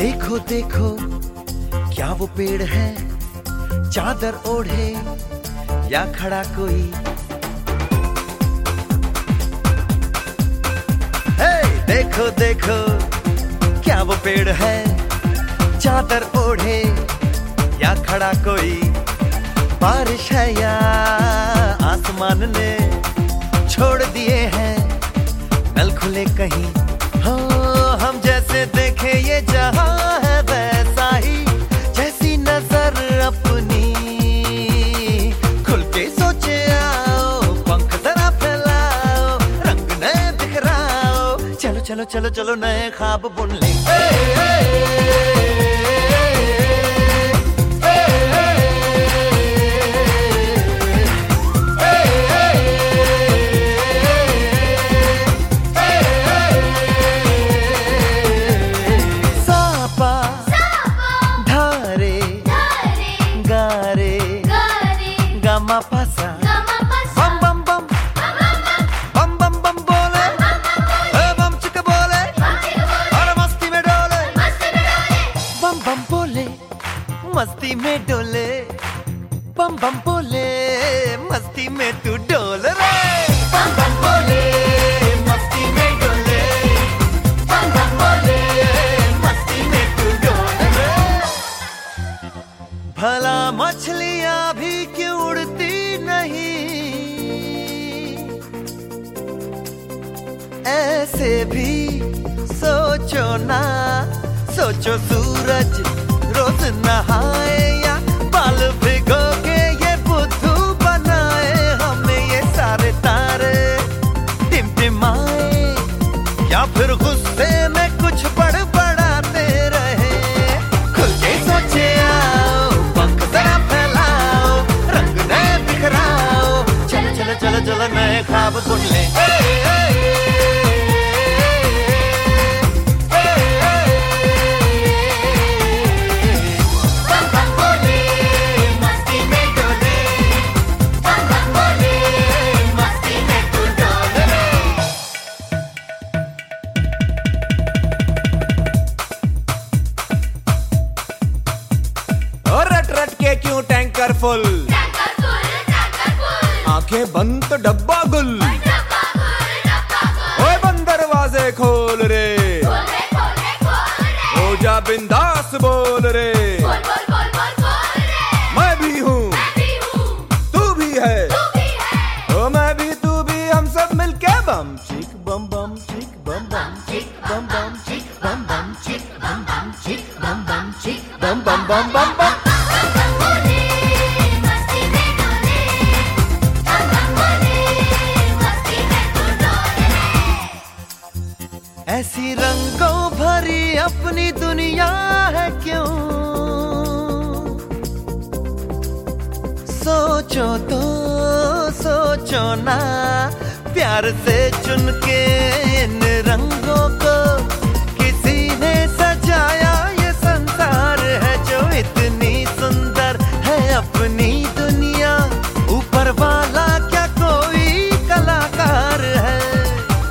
S6: देखो देखो क्या वो पेड़ है चादर ओढ़े या खड़ा कोई हे देखो देखो क्या वो पेड़ है चादर ओढ़े या खड़ा कोई बारिश है या आसमान ने छोड़ दिए हैं नल खुले कहीं हाँ हम जैसे देखे ये जहां है वैसा ही जैसी नजर अपनी खुल के सोचे आओ पंख जरा फैलाओ रंग नए बिखराओ चलो चलो चलो चलो नए ख्वाब बुन ले सापा धारे गारे गमा पासा बम बम बम बम बम बम बोले ए बम चिक बोले अरे मस्ती में डोले बम बम बोले मस्ती में डोले बम बम बोले मस्ती में तू डोल रे बम बम बोले मस्ती में डोले बम बम बोले मस्ती में तू डोल रे भला मछलियां भी क्यों उड़ती नहीं ऐसे भी सोचो ना सोचो सूरज रोज नहाए या बाल भिगो के ये बुद्धू बनाए हमें ये सारे तारे टिमटिमाए या फिर गुस्से में कुछ बड़ बड़ाते रहे खुल के सोचे आओ पंख जरा फैलाओ रंग नए बिखराओ चलो चलो चलो चलो नए ख्वाब सुन ले मस्ती में डोले मस्ती में तू डोले
S3: और रट रट के क्यों टैंकर फुल आंखें बंद तो डब्बा गुल ओए बंद दरवाजे खोल रे हो जा बिंदास बोल रे मैं भी हूँ तू भी है ओ मैं भी तू भी हम सब मिलके बम चिक बम बम चिक बम बम चिक बम बम चिक बम बम चिक बम बम चिक बम बम चिक बम बम बम बम बम
S6: ऐसी रंगों भरी अपनी दुनिया है क्यों सोचो तो सोचो ना प्यार से चुन के इन रंगों को किसी ने सजाया ये संसार है जो इतनी सुंदर है अपनी दुनिया ऊपर वाला क्या कोई कलाकार है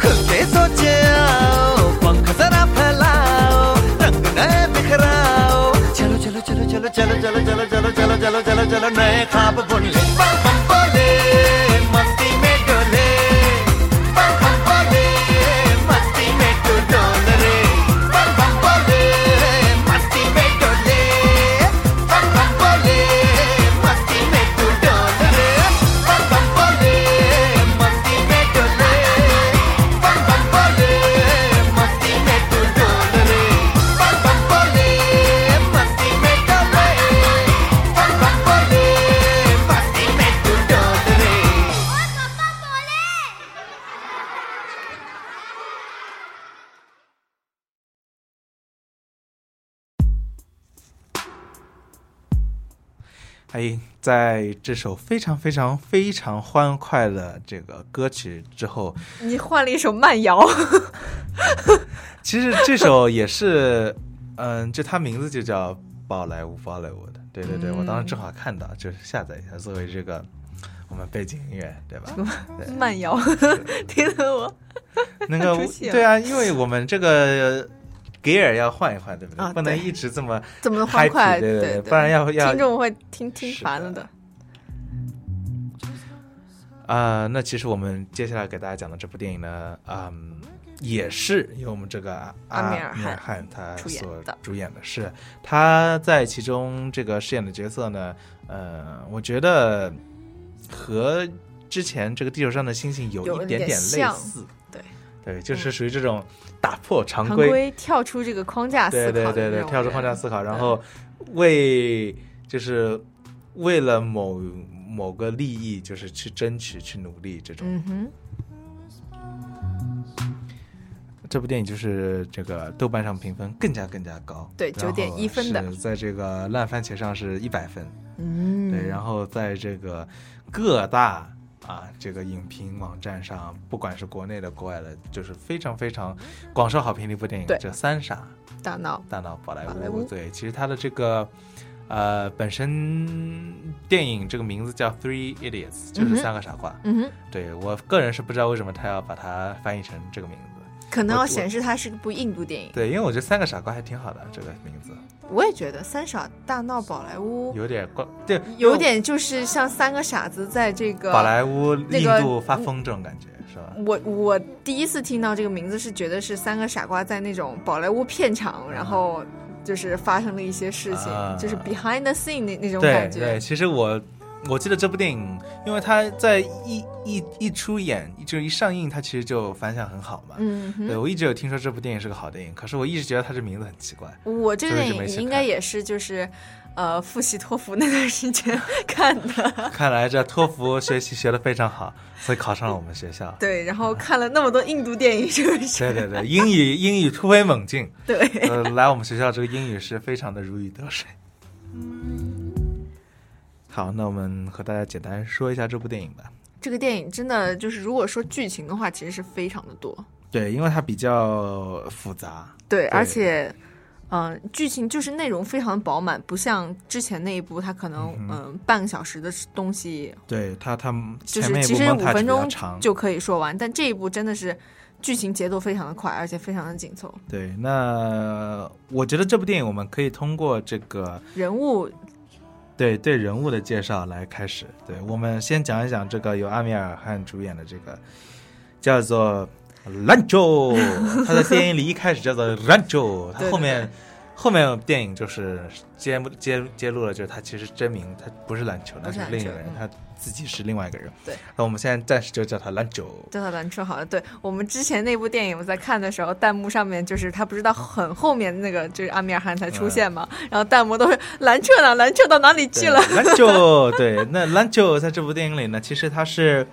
S6: खुल के सोचे आओ पंख जरा फैलाओ रंग नए बिखराओ चलो चलो चलो चलो चलो चलो चलो चलो चलो चलो चलो चलो नए ख्वाब बुन ले बम बम बोले मस्ती में डोले बम बम बोले मस्ती में तू डोल रे बम बम बोले मस्ती में डोले बम बम बोले मस्ती में तू डोल रे बम बम बोले मस्ती में डोले बम बम बोले मस्ती में तू डोल रे बम बम बोले मस्ती में डोल
S8: 哎，在这首非常非常非常欢快的这个歌曲之后，
S5: 你换了一首慢摇，
S8: 其实这首也是， 嗯，就它名字就叫《宝莱坞宝莱坞》的，对对对，我当时正好看到，就是下载一下作为这个我们背景音乐，对吧？
S5: 慢摇，听得我
S8: 那个
S5: 出戏了
S8: 对啊，因为我们这个 gear 要换一换，对不对？
S5: 啊
S8: 不能
S5: 对
S8: 一直这么
S5: 怎么欢快，
S8: Happy，对对
S5: 对，
S8: 不然要要
S5: 听众会听听
S8: 是
S5: 烦了
S8: 的
S5: 的。
S8: 啊、那其实我们接下来给大家讲的这部电影呢，嗯，也是由我们这个阿
S5: 阿米尔汗
S8: 米尔汗他
S5: 出演
S8: 所
S5: 的
S8: 主演的是，他在其中这个饰演的角色呢，呃，我觉得和之前这个地球上的星星有
S5: 有
S8: 一点
S5: 点
S8: 类
S5: 像
S8: 似，
S5: 对嗯
S8: 对，就是属于这种打破常
S5: 常
S8: 规，
S5: 规跳出这个框架思
S8: 对
S5: 考
S8: 对对
S5: 的那
S8: 对，
S5: 种
S8: 跳出
S5: 人
S8: 框架思考，然后为就是为了某某个利益，就是去争取、去努力这种。
S5: 嗯哼，
S8: 这部电影就是这个豆瓣上评分更加更加高，
S5: 对
S8: 然后
S5: 9.1分的
S8: 是在这个烂番茄上是一百分，
S5: 嗯，
S8: 对，然后在这个各大啊这个影评网站上，不管是国内的、国外的，就是非常非常广受好评的一部电影
S5: 对，
S8: 这三傻
S5: 大闹，
S8: 大闹宝莱
S5: 宝莱
S8: 坞，
S5: 坞
S8: 对，其实它的这个呃本身电影这个名字叫 Three Idiots，就是
S5: 嗯哼
S8: 三个傻瓜，
S5: 嗯哼，
S8: 对我个人是不知道为什么他要把它翻译成这个名字。
S5: 可能
S8: 我
S5: 要
S8: 我
S5: 显示它是部印度电影。
S8: 对，因为我觉得三个傻瓜还挺好的，这个名字
S5: 我也觉得《三傻大闹宝莱坞》
S8: 有点怪，对，
S5: 有点就是像三个傻子在这个
S8: 宝莱坞印
S5: 那个
S8: 度发疯这种感觉，是吧？
S5: 我我第一次听到这个名字是觉得是三个傻瓜在那种宝莱坞片场，然后就是发生了一些事情，
S8: 啊
S5: 就是 behind the scene 那那种
S8: 对
S5: 感
S8: 对，
S5: 觉。
S8: 其实我我记得这部电影，因为它在一一一出演，就一上映，它其实就反响很好嘛。
S5: 嗯
S8: 对
S5: 哼，
S8: 我一直有听说这部电影是个好电影，可是我一直觉得它这名字很奇怪。
S5: 我这个
S8: 所以
S5: 电
S8: 就没去
S5: 影
S8: 看
S5: 应该也是就是，呃，复习托福那段时间 看的，。
S8: 看来这托福学习学得非常好，所以考上了我们学校
S5: 对，然后看了那么多印度电影，是不
S8: 对
S5: 是？
S8: 对对，英语英语突飞猛进，
S5: 对，
S8: 呃，来我们学校这个英语是非常的如鱼得水。好，那我们和大家简单说一下这部电影吧。
S5: 这个电影真的就是，如果说剧情的话，其实是非常的多。
S8: 对，因为它比较复杂，
S5: 对，而且，嗯、剧情就是内容非常饱满，不像之前那一部，它可能嗯、呃半个小时的东西，
S8: 对它它
S5: 就
S8: 前
S5: 是
S8: 面一
S5: 其
S8: 部
S5: 实
S8: montage
S5: 五分
S8: 比较
S5: 钟
S8: 长，
S5: 就可以说完，但这一部真的是剧情节奏非常的快，而且非常的紧凑，
S8: 对。那我觉得这部电影我们可以通过这个
S5: 人物
S8: 对对人物的介绍来开始。对我们先讲一讲这个由阿米尔汗主演的这个叫做 Rancho，他在电影里一开始叫做 Rancho，他
S5: 对
S8: 后面后面电影就是揭幕揭揭露了，就是他其实真名他不是篮球，那
S5: 不
S8: 是
S5: 是
S8: 另一个
S5: Rancho，
S8: 人
S5: 嗯，
S8: 他自己是另外一个人。
S5: 对，
S8: 那我们现在暂时就叫他 Rancho。
S5: 叫他篮车好了。对我们之前那部电影，我在看的时候，弹幕上面就是他不是到很后面那个就是阿米尔汗才出现嘛，
S8: 嗯
S5: 然后弹幕都是蓝彻呢，蓝彻到哪里去了？
S8: 篮球，对，那篮球在这部电影里呢，其实他是，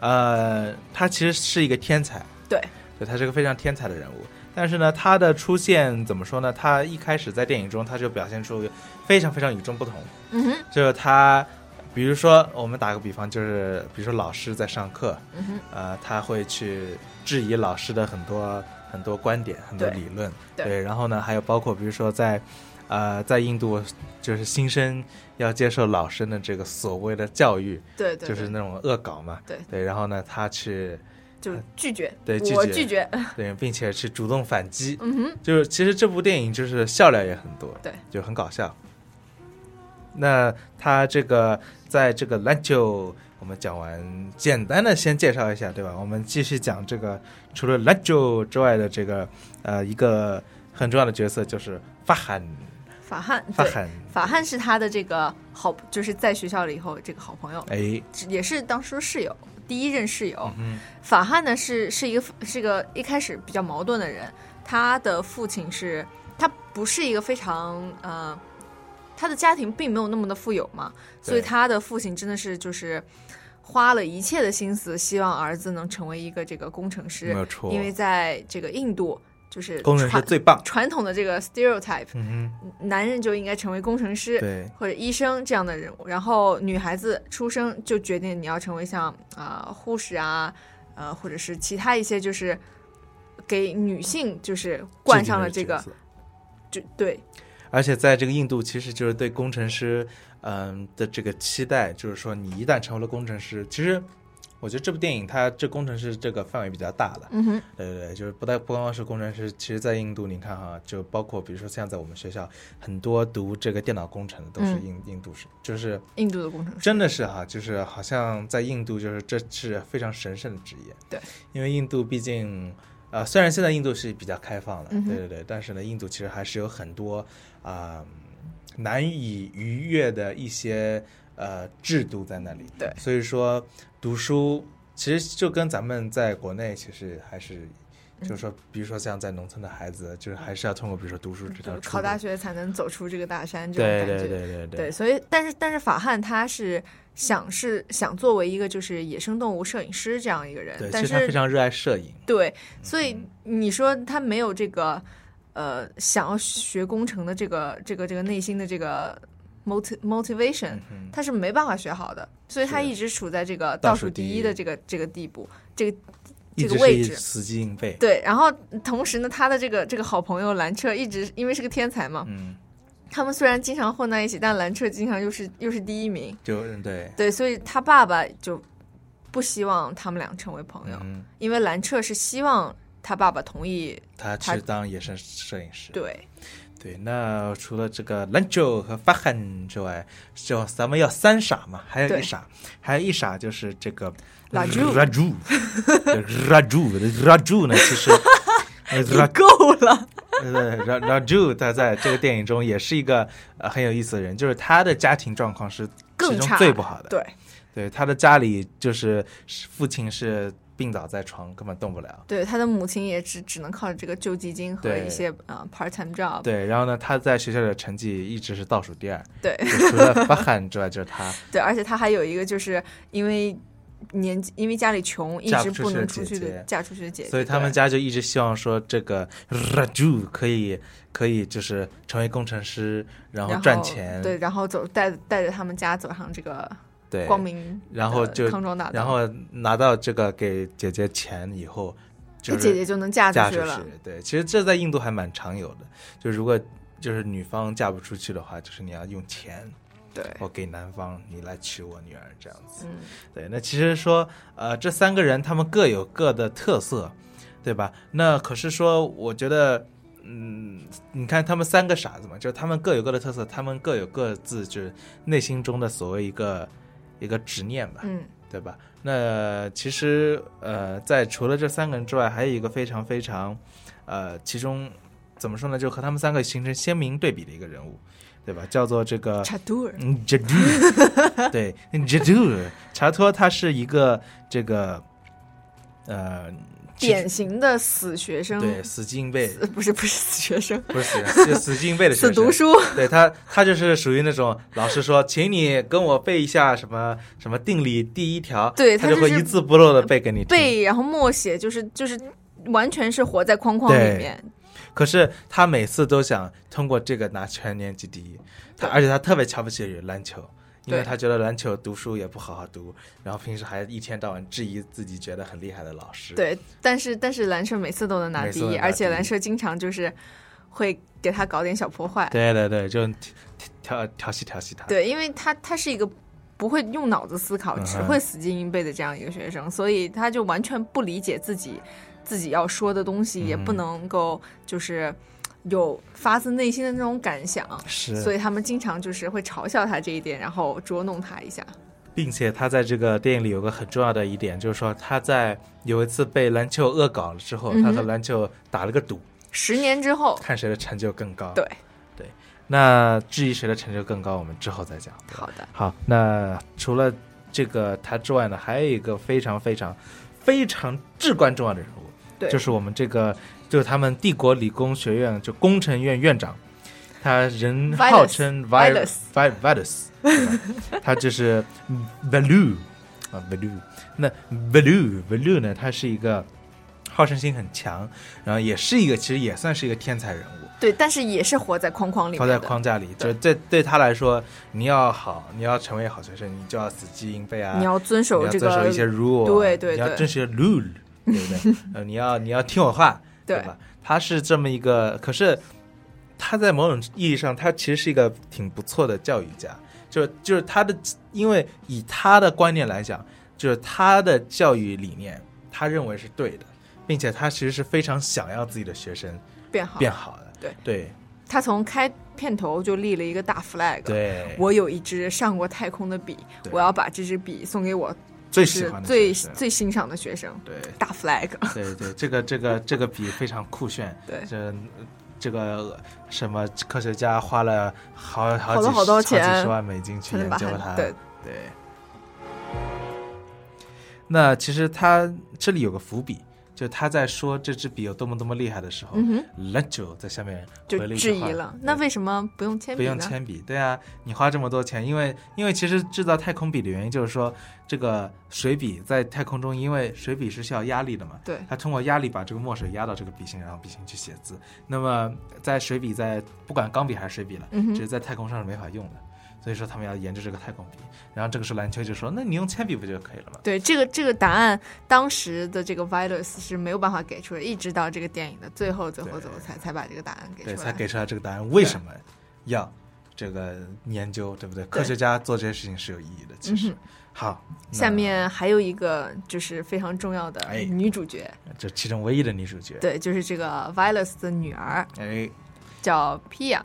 S8: 呃，他其实是一个天才，
S5: 对，
S8: 对他是个非常天才的人物。但是呢，他的出现怎么说呢？他一开始在电影中他就表现出非常非常与众不同，
S5: 嗯哼，
S8: 就是他，比如说我们打个比方，就是比如说老师在上课，
S5: 嗯哼，
S8: 呃，他会去质疑老师的很多很多观点、很多
S5: 对
S8: 理论，
S5: 对
S8: 然后呢，还有包括比如说在，呃，在印度，就是新生要接受老师的这个所谓的教育，
S5: 对对对，
S8: 就是那种恶搞嘛，
S5: 对
S8: 对，然后呢，他去
S5: 就拒绝，
S8: 对拒
S5: 我
S8: 绝
S5: 拒绝，
S8: 对，并且去主动反击，
S5: 嗯哼，
S8: 就是其实这部电影就是笑料也很多，
S5: 对，
S8: 就很搞笑。那他这个在这个篮球，我们讲完，简单的先介绍一下，对吧？我们继续讲这个除了篮球之外的这个呃一个很重要的角色就是法罕，
S5: 法汉，
S8: 法
S5: 对
S8: 罕，
S5: 法汉是他的这个好，就是在学校了以后这个好朋友，
S8: 哎，
S5: 也是当时室友，第一任室友。
S8: 嗯
S5: 法汉呢是是一个是个一开始比较矛盾的人，他的父亲是他不是一个非常呃，他的家庭并没有那么的富有嘛，
S8: 对
S5: 所以他的父亲真的是就是。花了一切的心思，希望儿子能成为一个这个工程师，
S8: 没有错
S5: 因为在这个印度，就是
S8: 工程师
S5: 传
S8: 最棒。
S5: 传统的这个 stereotype，
S8: 嗯
S5: 男人就应该成为工程
S8: 哼，
S5: 师
S8: 对，
S5: 或者医生这样的人物，然后女孩子出生就决定你要成为像啊、呃护士啊，呃或者是其他一些就是给女性就是冠上了这
S8: 制定
S5: 个
S8: 角色
S5: 就对
S8: 而且在这个印度，其实就是对工程师，嗯的这个期待，就是说你一旦成为了工程师，其实我觉得这部电影它这工程师这个范围比较大的，
S5: 嗯哼
S8: 对对对，就是不但不光光是工程师，其实在印度你看哈，就包括比如说像在我们学校，很多读这个电脑工程的都是
S5: 嗯
S8: 印、印度是，就是
S5: 印度的工程师
S8: 真的是哈、就是好像在印度，就是这是非常神圣的职业。
S5: 对，
S8: 因为印度毕竟，呃，虽然现在印度是比较开放的，
S5: 嗯哼
S8: 对对对，但是呢，印度其实还是有很多啊、难以逾越的一些呃制度在那里。
S5: 对
S8: 所以说读书其实就跟咱们在国内其实还是。
S5: 嗯
S8: 就是说，比如说像在农村的孩子，就是还是要通过比如说读书这条
S5: 就
S8: 出
S5: 是
S8: 路。
S5: 考大学才能走出这个大山这种
S8: 对
S5: 感觉。
S8: 对对对
S5: 对，所以但是但是法汉他是想是想作为一个就是野生动物摄影师这样一个人，
S8: 对，
S5: 但
S8: 其实他非常热爱摄影。
S5: 对，所以
S8: 嗯
S5: 你说他没有这个呃想要学工程的这个这个这个内心的这个 moti motivation，、
S8: 嗯
S5: 他是没办法学好的，所以他
S8: 是
S5: 一直处在这个
S8: 倒
S5: 倒
S8: 数
S5: 数
S8: 第
S5: 第
S8: 一
S5: 一的这个这个地步，这个
S8: 一
S5: 这
S8: 直
S5: 个
S8: 是
S5: 位置。
S8: 死记硬背。
S5: 对，然后同时呢，他的这个这个好朋友兰彻一直因为是个天才嘛，
S8: 嗯，
S5: 他们虽然经常混在一起，但兰彻经常又是又是第一名，
S8: 就嗯对，
S5: 对，所以他爸爸就不希望他们俩成为朋友，
S8: 嗯，
S5: 因为兰彻是希望他爸爸同意，
S8: 他
S5: 他
S8: 去当野生摄影师。
S5: 对，
S8: 对，那除了这个 Lancho 和 Fahan 之外，就咱们要三傻嘛，还有一
S5: 对
S8: 傻，还有一傻就是这个
S5: Raju
S8: Raju Raju Raju 呢，其 实呃，Ra-
S5: 够了，
S8: 呃，Ra- Raju 他在这个电影中也是一个呃很有意思的人，就是他的家庭状况是其
S5: 更
S8: 中
S5: 差
S8: 最不好的。
S5: 对，
S8: 对，他的家里就是父亲是病倒在床，根本动不了。
S5: 对，他的母亲也只只能靠这个救济金和
S8: 对
S5: 一些呃 part time job，
S8: 对，然后呢，他在学校的成绩一直是倒数第二，
S5: 对
S8: 就除了巴汉之外，就是他
S5: 对，而且他还有一个就是因为年纪，因为家里穷，一
S8: 嫁
S5: 直
S8: 不出
S5: 不
S8: 去
S5: 能
S8: 的
S5: 出
S8: 姐
S5: 去
S8: 姐
S5: 的嫁出去 的姐姐，
S8: 所以他们
S5: 对
S8: 家就一直希望说这个 Raju 可以可以就是成为工程师，然后
S5: 然后
S8: 赚钱，
S5: 对，然后走带带着他们家走上这个
S8: 对
S5: 光明的
S8: 然后就
S5: 康庄大道，
S8: 然后拿到这个给姐姐钱以后，就
S5: 这
S8: 是
S5: 姐姐就能嫁
S8: 嫁
S5: 出去了，
S8: 对，其实这在印度还蛮常有的，就如果就是女方嫁不出去的话，就是你要用钱
S5: 对，
S8: 我给男方，你来娶我女儿这样子。
S5: 嗯，
S8: 对，那其实说，呃，这三个人他们各有各的特色，对吧？那可是说，我觉得，嗯，你看他们三个傻子嘛，就是他们各有各的特色，他们各有各自就是内心中的所谓一个一个执念吧，
S5: 嗯，
S8: 对吧？那其实，呃，在除了这三个人之外，还有一个非常非常，呃，其中怎么说呢，就和他们三个形成鲜明对比的一个人物，对吧？叫做这个
S5: 查杜尔，
S8: 嗯，杰杜尔，对，杰杜尔，查托他是一个这个呃，其
S5: 典型的死学生，
S8: 对死记硬背，
S5: 呃不是不是死学生，
S8: 不是死人，是死记硬背的学
S5: 死
S8: 生。
S5: 读书，
S8: 对他，他就是属于那种老师说，请你跟我背一下什么什么定理第一条，
S5: 对
S8: 他
S5: 他
S8: 就会
S5: 就是
S8: 一字不漏的背给你听。
S5: 背，然后默写，就是就是完全是活在框框
S8: 对
S5: 里面，
S8: 可是他每次都想通过这个拿全年级第一，他而且他特别瞧不起篮球，因为
S5: 对
S8: 他觉得篮球读书也不好好读，然后平时还一天到晚质疑自己觉得很厉害的老师。
S5: 对，但是但是蓝舍每次都能拿
S8: 每次
S5: 第
S8: 都能
S5: 一，
S8: 拿
S5: 而且
S8: 第一
S5: 蓝舍经常就是会给他搞点小破坏，
S8: 对对对，就调调调戏调戏他。
S5: 对，因为他他是一个不会用脑子思考，只
S8: 嗯哼
S5: 会死记硬背的这样一个学生，所以他就完全不理解自己自己要说的东西，也不
S8: 嗯
S5: 能够就是有发自内心的那种感想。所
S8: 是，
S5: 以他们经常就是会嘲笑他这一点，然后捉弄他一下。
S8: 并且他在这个电影里有个很重要的一点，就是说他在有一次被篮球恶搞了之后，
S5: 嗯哼
S8: 他和篮球打了个赌，
S5: 十年之后，
S8: 看谁的成就更高。
S5: 对
S8: 对，那至于谁的成就更高，我们之后再讲。
S5: 好的，
S8: 好，那除了这个他之外呢，还有一个非常非常非常至关重要的人物，
S5: 对
S8: 就是我们这个就是他们帝国理工学院就工程院院长，他人
S5: Virus，
S8: 号称
S5: Virus
S8: Vi- Virus，对吧他就是 Value 啊 Value，那 Value Value 呢，他是一个。好胜心很强，然后也是一个其实也算是一个天才人物，
S5: 对，但是也是活在框框里
S8: 他
S5: 面
S8: 在
S5: 的。
S8: 框架里，就是对对他来说，你要好，你要成为好学生，你就要死记硬背啊，
S5: 你要遵守
S8: 你要
S5: 这
S8: 遵守
S5: 个
S8: 一些 rule，啊
S5: 对对
S8: 你要
S5: 对
S8: 遵守 rule，对不 对？呃，你要你要听我话，对
S5: 对
S8: 吧？他是这么一个，可是他在某种意义上，他其实是一个挺不错的教育家，就是就是他的，因为以他的观念来讲，就是他的教育理念，他认为是对的，并且他其实是非常想要自己的学生
S5: 变好。
S8: 变好的，
S5: 对
S8: 对
S5: 他从开片头就立了一个大 flag，
S8: 对，
S5: 我有一支上过太空的笔，
S8: 对
S5: 我要把这支笔送给我
S8: 最
S5: 就
S8: 喜
S5: 是
S8: 欢的
S5: 最
S8: 学生
S5: 最欣赏的学生。
S8: 对
S5: 大 flag，
S8: 对对，这个这个这个笔非常酷炫，
S5: 对
S8: 这这个什么科学家花了好好
S5: 花
S8: 几
S5: 了好多
S8: 好几
S5: 钱
S8: 十万美金 去
S5: 才能
S8: 研
S5: 把
S8: 究它，
S5: 它对
S8: 对那其实他这里有个伏笔，就他在说这支笔有多么多么厉害的时候、
S5: 嗯
S8: l e t o 在下面
S5: 就
S8: 回了一句
S5: 质疑
S8: 话
S5: 了。那
S8: 对
S5: 为什么不用铅
S8: 不
S5: 笔
S8: 用
S5: 呢？
S8: 铅笔，对啊，你花这么多钱，因为因为其实制造太空笔的原因就是说，这个水笔在太空中，因为水笔是需要压力的嘛，
S5: 对
S8: 它通过压力把这个墨水压到这个笔芯，然后笔芯去写字。那么在水笔在不管钢笔还是水笔了，
S5: 嗯哼
S8: 只是在太空上是没法用的，所以说他们要研究这个太空笔。然后这个时候蓝秋就说：“那你用铅笔不就可以了吗
S5: 对这个这个答案，当时的这个 Virus 是没有办法给出的，一直到这个电影的最后、最后、
S8: 对
S5: 最后才才把这个答案？”给出
S8: 对，
S5: 来。
S8: 才给出来这个答案。为什么要这个研究，对不对？科学家做这些事情是有意义的。其实，好，那
S5: 嗯下面还有一个就是非常重要的
S8: 哎
S5: 女主角，
S8: 这其中唯一的女主角，
S5: 对，就是这个 Virus 的女儿
S8: 哎，
S5: 叫 Pia，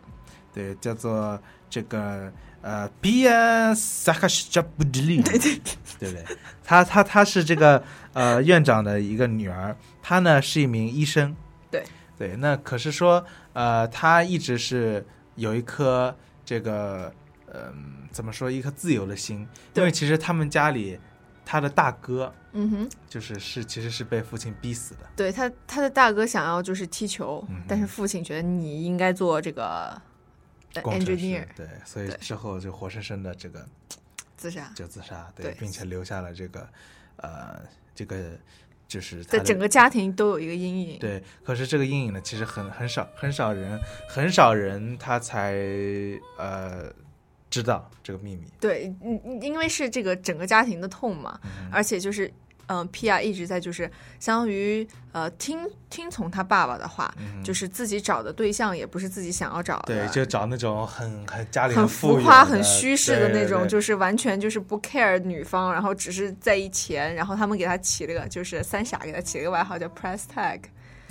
S8: 对，叫做这个呃，Pia s a k a s h a b u d l i 对对对不对？她她她是这个呃院长的一个女儿，她呢是一名医生，
S5: 对
S8: 对，那可是说呃，她一直是有一颗这个嗯、怎么说一颗自由的心，因
S5: 对
S8: 为其实他们家里她的大哥
S5: 嗯哼，
S8: 就是是其实是被父亲逼死的，
S5: 对他，他的大哥想要就是踢球，
S8: 嗯哼
S5: 但是父亲觉得你应该做这个呃
S8: 工程
S5: engineer
S8: 师，对，所以
S5: 对
S8: 之后就活生生的这个。
S5: 自杀，
S8: 就自杀，对，
S5: 对
S8: 并且留下了这个，呃，这个就是他
S5: 在
S8: 的
S5: 整个家庭都有一个阴影。
S8: 对。可是这个阴影呢，其实很很少很少人很少人他才呃知道这个秘密，
S5: 对，嗯，因为是这个整个家庭的痛嘛，而且就是，嗯、呃、，Pia 一直在就是相当于呃听听从他爸爸的话，就是自己找的对象也不是自己想要找
S8: 嗯对
S5: 的，，
S8: 就找那种很很家里
S5: 很
S8: 富
S5: 浮
S8: 有
S5: 夸、很虚饰的
S8: 对对
S5: 那种，
S8: 对
S5: 就是完全就是不 care 女方，然后只是在意钱，然后他们给他起了个就是三傻给他起了个外号叫 price tag。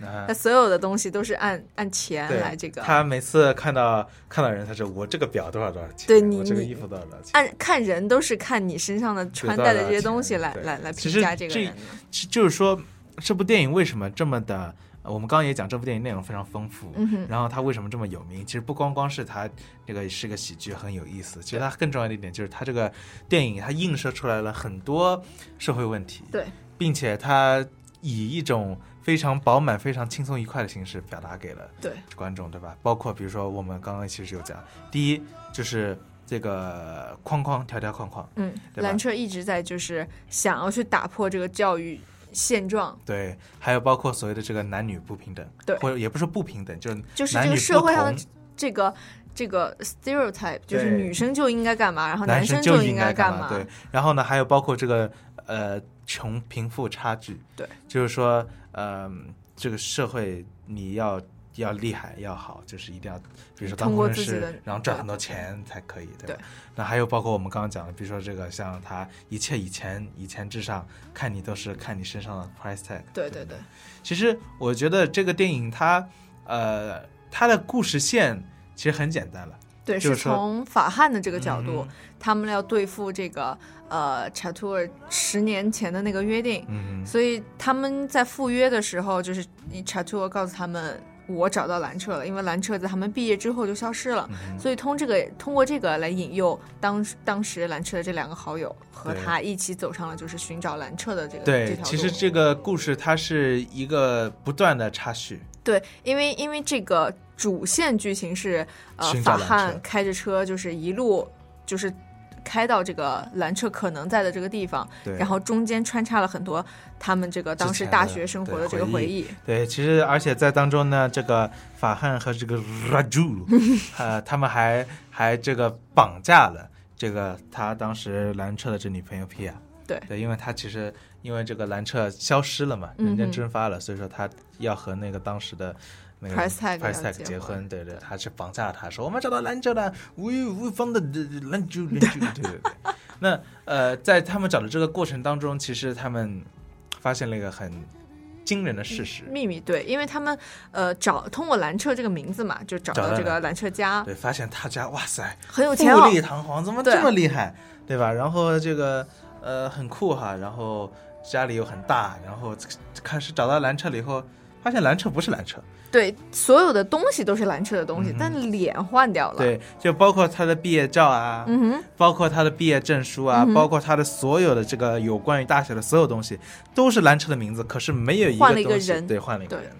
S8: 啊
S5: 他所有的东西都是按按钱
S8: 对
S5: 来这个，
S8: 他每次看到看到人，他说我这个表多少多少钱，
S5: 对你
S8: 我这个
S5: 你哎
S8: 衣服多少多少钱，
S5: 按看人都是看你身上的穿戴的这些东西来
S8: 对
S5: 来来
S8: 其
S5: 评
S8: 实
S5: 价这个人的。
S8: 其就是说，这部电影为什么这么的？呃我们刚刚也讲，这部电影内容非常丰富，
S5: 嗯哼
S8: 然后它为什么这么有名？其实不光光是它这个是个喜剧很有意思，其实它更重要的一点就是它这个电影它映射出来了很多社会问题，
S5: 对，
S8: 并且它以一种非常饱满、非常轻松愉快的形式表达给了
S5: 对
S8: 观众，对吧？包括比如说我们刚刚其实有讲，第一就是这个框框条条框框，
S5: 嗯，
S8: 对吧
S5: 兰彻一直在就是想要去打破这个教育现状，
S8: 对，还有包括所谓的这个男女不平等，
S5: 对
S8: 或者也不是不平等，就是
S5: 就是
S8: 男
S5: 这
S8: 女
S5: 个
S8: 不
S5: 社会上的
S8: 同
S5: 这个这个 stereotype，就是
S8: 对
S5: 女生就应该干嘛，然后
S8: 男
S5: 哦生
S8: 就
S5: 应该
S8: 干
S5: 嘛。
S8: 对，然后呢，还有包括这个呃穷贫富差距，
S5: 对，
S8: 就是说，呃，这个社会你要要厉害要好，就是一定要，比如说当工
S5: 通过
S8: 程
S5: 自己的
S8: 师，然后赚
S5: 对
S8: 很多钱才可以，对吧？
S5: 对
S8: 那还有包括我们刚刚讲的，比如说这个像他一切以前以前至上，看你都是看你身上的 price tag，
S5: 对
S8: 对
S5: 对
S8: 不
S5: 对，
S8: 其实我觉得这个电影它，呃，它的故事线其实很简单了。
S5: 对，
S8: 就是
S5: 是
S8: 说
S5: 从法汉的这个角
S8: 嗯
S5: 度
S8: 哼，
S5: 他们要对付这个呃查图尔十年前的那个约定，
S8: 嗯
S5: 所以他们在赴约的时候，就是查图尔告诉他们，我找到兰彻了，因为兰彻在他们毕业之后就消失了，
S8: 嗯
S5: 所以通这个通过这个来引诱当当时兰彻的这两个好友和
S8: 对
S5: 他一起走上了就是寻找兰彻的这个这
S8: 对，
S5: 条路。
S8: 其实这个故事它是一个不断的插叙，
S5: 对，因为因为这个主线剧情是呃
S8: 寻找
S5: 法
S8: 兰彻
S5: 汉开着车就是一路就是。开到这个兰彻可能在的这个地方，
S8: 对
S5: 然后中间穿插了很多他们这个当时大学生活的这个回忆。
S8: 对，其实而且在当中呢，这个法汉和这个 Raju，呃，他们还还这个绑架了这个他当时兰彻的这女朋友皮亚。
S5: 对
S8: 对，因为他其实因为这个兰彻消失了嘛，
S5: 嗯
S8: 人间蒸发了，所以说他要和那个当时的。那个
S5: Price tag 要
S8: price tag
S5: 结
S8: 结
S5: 婚
S8: 婚，对对，他是绑架了他，说我们找到兰州了，无无方的兰州兰州，对 对对。那呃，在他们找的这个过程当中，其实他们发现了一个很惊人的事实，
S5: 秘密对，因为他们呃找通过兰彻这个名字嘛，就找
S8: 找
S5: 到
S8: 到
S5: 这
S8: 了
S5: 个兰彻家，
S8: 对，发现他家哇塞，
S5: 啊很有钱
S8: 富
S5: 哦。
S8: 丽堂皇，怎么
S5: 对
S8: 这么厉害，对吧？然后这个呃很酷哈，然后家里又很大，然后开始找到蓝车了以后，发现蓝车不是蓝车，
S5: 对，嗯所有的东西都是兰彻的东西，但脸换掉了。，
S8: 对，就包括他的毕业照啊，
S5: 嗯哼，嗯
S8: 包括他的毕业证书啊，包括他的所有的这个有关于大学的所有东西，都是蓝车的名字，可是没有一个
S5: 换了一个
S8: 东西
S5: 人
S8: 对，换了一个
S5: 对
S8: 人，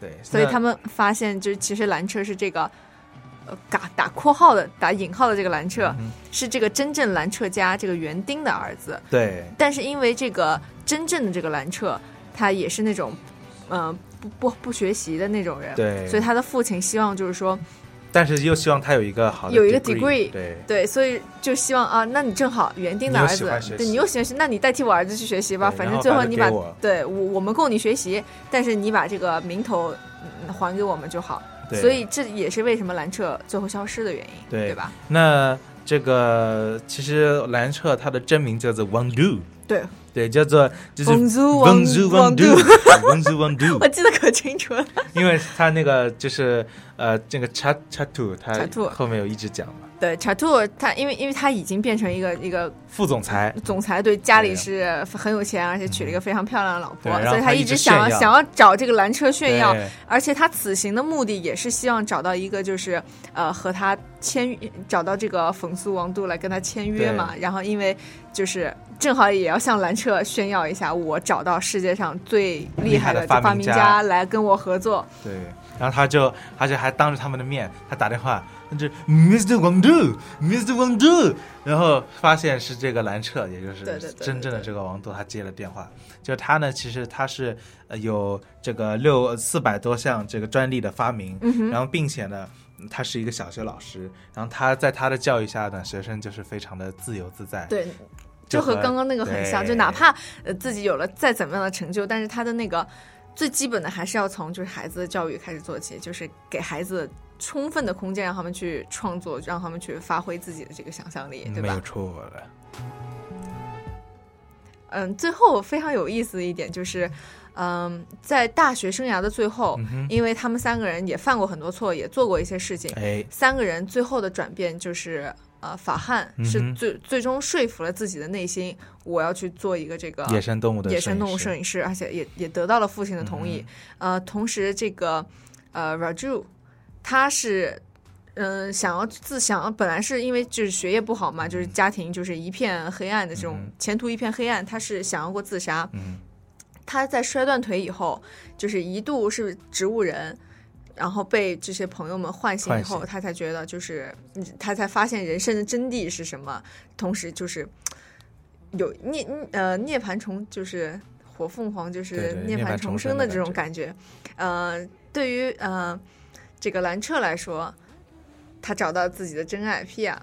S8: 对，
S5: 所以
S8: 那
S5: 他们发现，就是其实兰彻是这个。呃，打打括号的、打引号的这个兰彻、
S8: 嗯
S5: 是这个真正兰彻家这个园丁的儿子，
S8: 对
S5: 但是因为这个真正的这个兰彻，他也是那种，嗯、不不不学习的那种人，
S8: 对
S5: 所以他的父亲希望就是说，
S8: 但是又希望他有一个好的
S5: 有一个
S8: degree，
S5: degree
S8: 对。
S5: 对，所以就希望啊，那你正好园丁的
S8: 你又
S5: 儿
S8: 喜
S5: 子
S8: 欢学，
S5: 对
S8: 习
S5: 你又喜欢学，那你代替我儿子去学习吧，
S8: 对
S5: 反
S8: 然
S5: 正
S8: 后把
S5: 最后
S8: 它
S5: 你
S8: 给
S5: 把
S8: 我
S5: 对我我们供你学习，但是你把这个名头、嗯还给我们就好。
S8: 对
S5: 所以这也是为什么兰彻最后消失的原因，
S8: 对
S5: 吧？
S8: 那这个其实兰彻他的真名叫做 Wang Du，
S5: 对，
S8: 对，叫做就是
S5: Wang Du，
S8: Wang Du Wang
S5: Wang Du
S8: Du Wang Du Wang
S5: 我
S8: Du，
S5: 记得可清楚了。
S8: 因为他那个就是呃这个 Chat Chat Tu，
S5: Chatu
S8: 他后面有一直讲嘛，
S5: 对，查图他因为因为他已经变成一个一个
S8: 副总裁，
S5: 总裁对家里
S8: 对
S5: 是很有钱，而且娶了一个非常漂亮的老
S8: 对
S5: 婆，
S8: 然后
S5: 所以
S8: 他一
S5: 一
S8: 直
S5: 直想要
S8: 炫耀
S5: 想要找这个蓝车炫耀
S8: 对，
S5: 而且他此行的目的也是希望找到一个就是呃和他签约，找到这个冯苏王杜来跟他签约嘛，然后因为就是正好也要向蓝彻炫耀一下，我找到世界上最
S8: 厉
S5: 厉害
S8: 害的
S5: 发
S8: 发
S5: 明
S8: 明
S5: 家
S8: 家
S5: 来跟我合作，
S8: 对，然后他就而且还当着他们的面，他打电话，那就 Mr. Wang Du，Mr. Wang Du，然后发现是这个兰彻，也就
S5: 对对对
S8: 是
S5: 对
S8: 真正的这个王杜，他接了电话。就是他呢，其实他是呃有这个六四百多项这个专利的发明，然后并且呢。嗯他是一个小学老师，然后他在他的教育下呢，学生就是非常的自由自在。
S5: 对。
S8: 就
S5: 就和
S8: 和
S5: 刚刚那个很像，
S8: 对
S5: 就哪怕呃自己有了再怎么样的成就，但是他的那个最基本的还是要从就是孩子的教育开始做起，就是给孩子充分的空间，让他们去创作，让他们去发挥自己的这个想象力，对
S8: 没
S5: 吧
S8: 有？错的。
S5: 嗯，最后非常有意思的一点就是，嗯，在大学生涯的最
S8: 嗯
S5: 后，因为他们三个人也犯过很多错，也做过一些事情，
S8: 哎，
S5: 三个人最后的转变就是，呃，法汉
S8: 嗯
S5: 是最、最终说服了自己的内心，我要去做一个这个
S8: 野生动物的
S5: 野生动物
S8: 摄
S5: 摄
S8: 影嗯
S5: 影师，而且也也得到了父亲的同意。呃，同时这个呃 Raju，他是嗯、想要自想要本来是因为就是学业不好嘛，
S8: 嗯
S5: 就是家庭就是一片黑暗的这种、前途一片黑暗，他是想要过自杀。
S8: 嗯
S5: 他在摔断腿以后，就是一度是植物人。然后被这些朋友们唤醒以后，
S8: 唤醒
S5: 他才觉得就是，嗯他才发现人生的真谛是什么。同时就是有涅呃涅槃重就是火凤凰就是
S8: 对对
S5: 涅
S8: 涅
S5: 槃
S8: 槃
S5: 重
S8: 重
S5: 生
S8: 生
S5: 的
S8: 的
S5: 这种
S8: 感
S5: 感觉，呃，对于呃这个兰彻来说，他找到自己的真爱皮亚，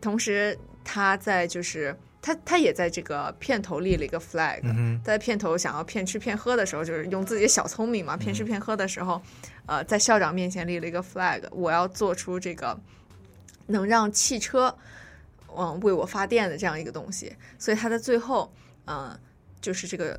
S5: 同时他在就是他他也在这个片头立了一个 flag，、
S8: 嗯
S5: 在片头想要骗吃骗喝的时候，就是用自己的小聪明嘛，
S8: 嗯
S5: 骗吃骗喝的时候，呃，在校长面前立了一个 flag，我要做出这个能让汽车嗯为我发电的这样一个东西，所以他在最后，嗯、就是这个。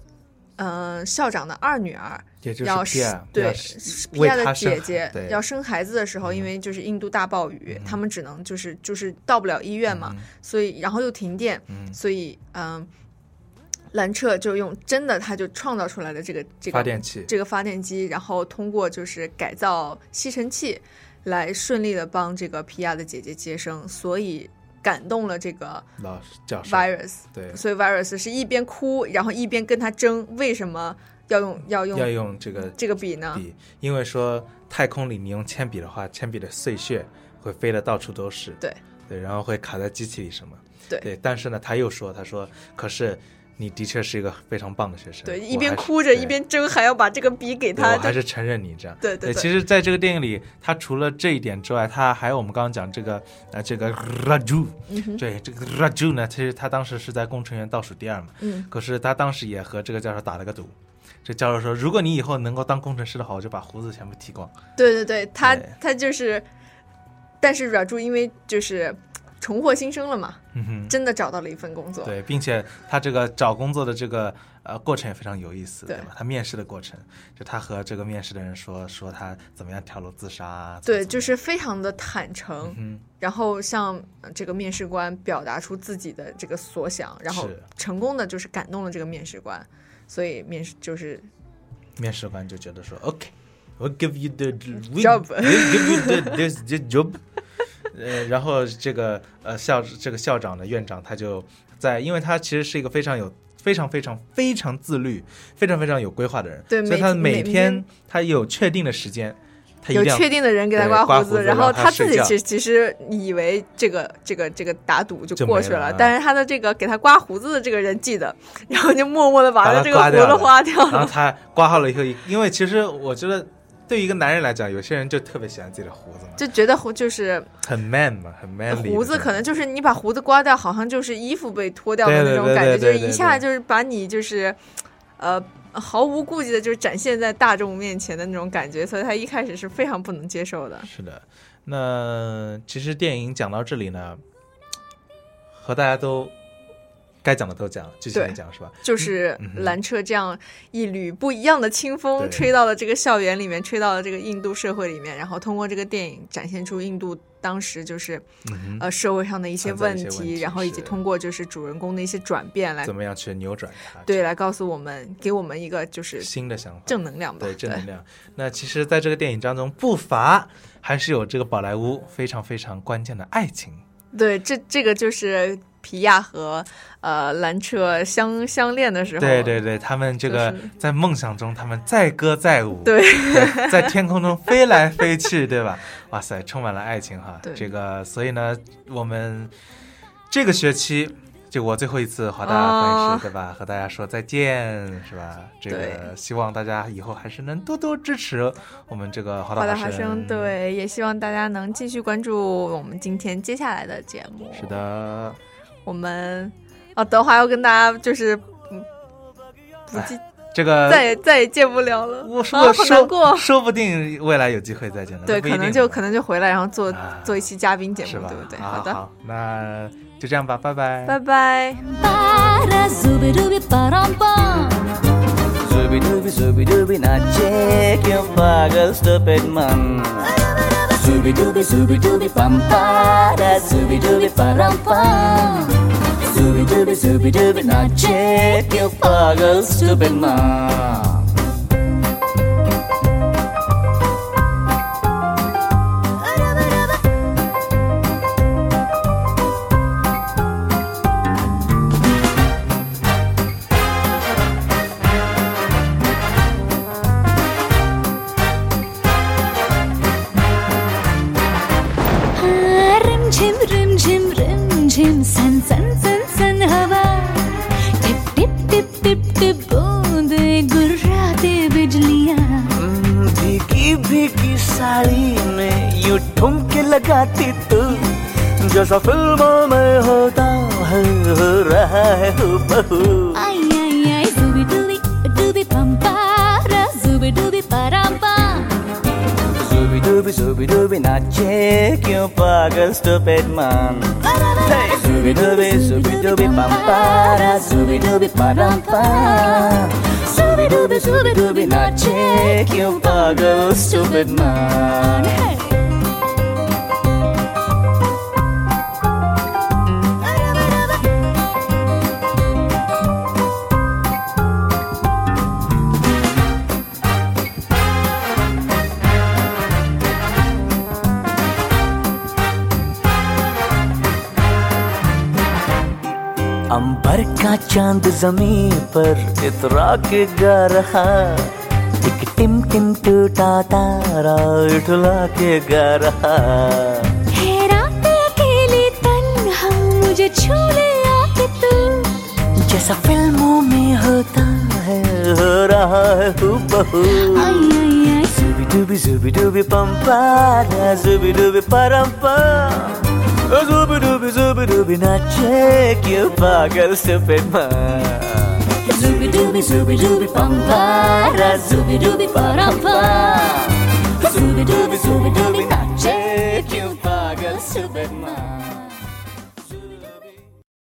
S5: 呃，校长的二女儿
S8: 也就是
S5: 要
S8: 皮
S5: 是
S8: 亚
S5: 对
S8: 要是
S5: 皮
S8: 为
S5: 亚的
S8: 他生
S5: 姐
S8: 孩
S5: 姐
S8: 对嗯
S5: 要生孩子的时候，因为就是印度大暴雨，他们只能就是就是到不了医
S8: 嗯
S5: 院嘛，所以然后又停电，所以嗯，兰彻就用真的他就创造出来的这个这个
S8: 发电器，
S5: 这个发电机，然后通过就是改造吸尘器，来顺利的帮这个皮亚的姐姐接生，所以感动了这个
S8: 老师教授
S5: virus。
S8: 对，
S5: 所以 virus 是一边哭，然后一边跟他争为什么要用要
S8: 嗯
S5: 用
S8: 要用这个
S5: 这个笔呢？
S8: 笔，因为说太空里你用铅笔的话，铅笔的碎屑会飞得到处都是。
S5: 对
S8: 对，然后会卡在机器里什么。
S5: 对
S8: 对，但是呢，他又说，他说，可是你的确是一个非常棒的学生，
S5: 对，
S8: 我
S5: 一边
S8: 还是
S5: 哭着
S8: 对
S5: 一边争，还要把这个笔给
S8: 对
S5: 他，
S8: 我还是承认你这样。
S5: 对对对
S8: 其实，在这个电影里，他除了这一点之外，他还有我们刚刚讲这个呃这个 Raju，、对
S5: 嗯
S8: 这个 Raju 呢，其实他当时是在工程院倒数第二嘛，
S5: 嗯，
S8: 可是他当时也和这个教授打了个赌。这教授说：“如果你以后能够当工程师的话，我就把胡子全部剃光。
S5: 对对对，他
S8: 对
S5: 他就是，但是阮柱因为就是重获新生了嘛，”
S8: 嗯哼，
S5: 真的找到了一份工作。
S8: 对，并且他这个找工作的这个呃过程也非常有意思，对
S5: 对
S8: 吧？他面试的过程，就他和这个面试的人说说他怎么样跳楼自杀啊，怎么
S5: 对，
S8: 怎么
S5: 就是非常的坦诚，
S8: 嗯
S5: 然后向呃这个面试官表达出自己的这个所想，然后
S8: 是
S5: 成功的就是感动了这个面试官，所以面试就是
S8: 面试官就觉得说 OK。我 give you the we-
S5: Job.
S8: we give you the this this job，呃，然后这个呃校这个校长的院长他就在，因为他其实是一个非常有非常非常非常自律、非常非常有规划的人，
S5: 对
S8: 所以他
S5: 每
S8: 每
S5: 每天
S8: 天他有确定的时间，他一
S5: 有
S8: 定要
S5: 确定的人给他
S8: 对
S5: 刮
S8: 刮胡
S5: 胡子，
S8: 子
S5: 然
S8: 然
S5: 后
S8: 后
S5: 他
S8: 他
S5: 自
S8: 睡
S5: 己
S8: 觉
S5: 其实其实以为这个这个这个打赌就
S8: 就
S5: 过
S8: 没
S5: 去了，
S8: 了啊
S5: 但是他的这个给他刮胡子的这个人记得， 然后就默默的把
S8: 把
S5: 他
S8: 它
S5: 这个
S8: 刮
S5: 胡
S8: 掉
S5: 子
S8: 了啊
S5: 刮掉
S8: 然后
S5: 了。
S8: 他刮好了以后，因为其实我觉得，对于一个男人来讲，有些人就特别喜欢自己的胡子嘛，
S5: 就觉得胡就是
S8: 很 man 嘛，很 manly 的
S5: 胡子，
S8: 这种
S5: 可能就是你把胡子刮掉，好像就是衣服被脱掉的
S8: 对
S5: 那
S8: 对
S5: 种
S8: 对
S5: 感觉，
S8: 对
S5: 就是
S8: 对
S5: 一
S8: 对
S5: 下
S8: 对
S5: 就是把你就是，呃，毫无顾忌的，就是展现在大众面前的那种感觉，所以他一开始是非常不能接受的。
S8: 是的。那其实电影讲到这里呢，和大家都该讲的都讲了，剧情也
S5: 对
S8: 讲了是吧？
S5: 就是兰彻这样一缕不一样的清
S8: 嗯
S5: 风，
S8: 对
S5: 吹到了这个校园里面，吹到了这个印度社会里面，然后通过这个电影展现出印度当时就是、呃社会上的一些
S8: 嗯存在
S5: 问
S8: 的一
S5: 题，
S8: 些问题
S5: 然后以及
S8: 是
S5: 通过就是主人公的一些转变来
S8: 怎么样去扭转它？
S5: 对来告诉我们，给我们一个就是
S8: 新的想法，
S5: 正能量吧，
S8: 对正能量。那其实，在这个电影当中，不乏还是有这个宝莱坞非常非常关键的爱情。
S5: 对，这这个就是皮亚和呃兰彻相相恋的时候，
S8: 对对对，他们这个
S5: 就是
S8: 在梦想中，他们载歌载舞，
S5: 对
S8: 对在天空中飞来飞去，对吧？哇塞，充满了爱情哈
S5: 对。
S8: 这个，所以呢，我们这个学期就我最后一次华大
S5: 哦
S8: 翻译室，对吧？和大家说再见，是吧？这个
S5: 对
S8: 希望大家以后还是能多多支持我们这个华
S5: 好
S8: 大
S5: 的，华生，。对，也希望大家能继续关注我们今天接下来的节目。
S8: 是的，
S5: 我们哦，德华要跟大家就是嗯，不记
S8: 这个
S5: 再也再也见不了了，
S8: 哎呃我
S5: 啊
S8: 说
S5: 好难
S8: 说
S5: 过。
S8: 说不定未来有机会再见的，
S5: 对，
S8: 那不一
S5: 可能
S8: 定
S5: 就
S8: 吧
S5: 可能就回来，然后做
S8: 啊
S5: 做一期嘉宾节
S8: 是
S5: 目，
S8: 吧？
S5: 对不对？
S8: 啊
S5: 好的，
S8: 好，那就这样吧，拜拜，
S5: 拜拜。
S9: Para zubi dubi param pam.
S6: Zooby dooby, zooby dooby, now check your faggle, stupid man. Zooby dooby, zooby dooby, pam para, zooby dooby, param pam. Zooby dooby, zooby dooby, now check your faggle, stupid man.
S9: हाँ, रिम झिम रिम झिम रिम झिम सन सन सन सन हवा टिप टिप टिप टिप टिप बूंदे गुर्राते बिजलियाँ
S6: Hmm, भीगी भीगी साड़ी में यू ठुमके लगाती तू जैसा फिल्मों में होता है हो रहा है हू
S9: आई आई आई डूबी डूबी डूबी पंपारा डूबी डूबी परांपा
S6: Zooby dooby zooby dooby, now check your pagal stupid man. Zooby dooby zooby dooby pam para, zooby dooby param pam. Zooby dooby zooby dooby, now check your pagal stupid man. अंबर का चांद जमीन पर इतरा के गा रहा एक टिम टिम टूटा तारा उठला के गा रहा
S9: है रात अकेली तो
S6: जैसा फिल्मों में होता है हो रहा है हूबहू जुबी डुबी जुबी डुबी पंपारा जुबी डुबी परम्पा जुबी डुबी जुबी डुबी नाचे क्यों पागल से पेमा जुबी डुबी जुबी डुबी पंपारा जुबी डुबी परम्पा जुबी डुबी जुबी डुबी नाचे क्यों पागल से पेमा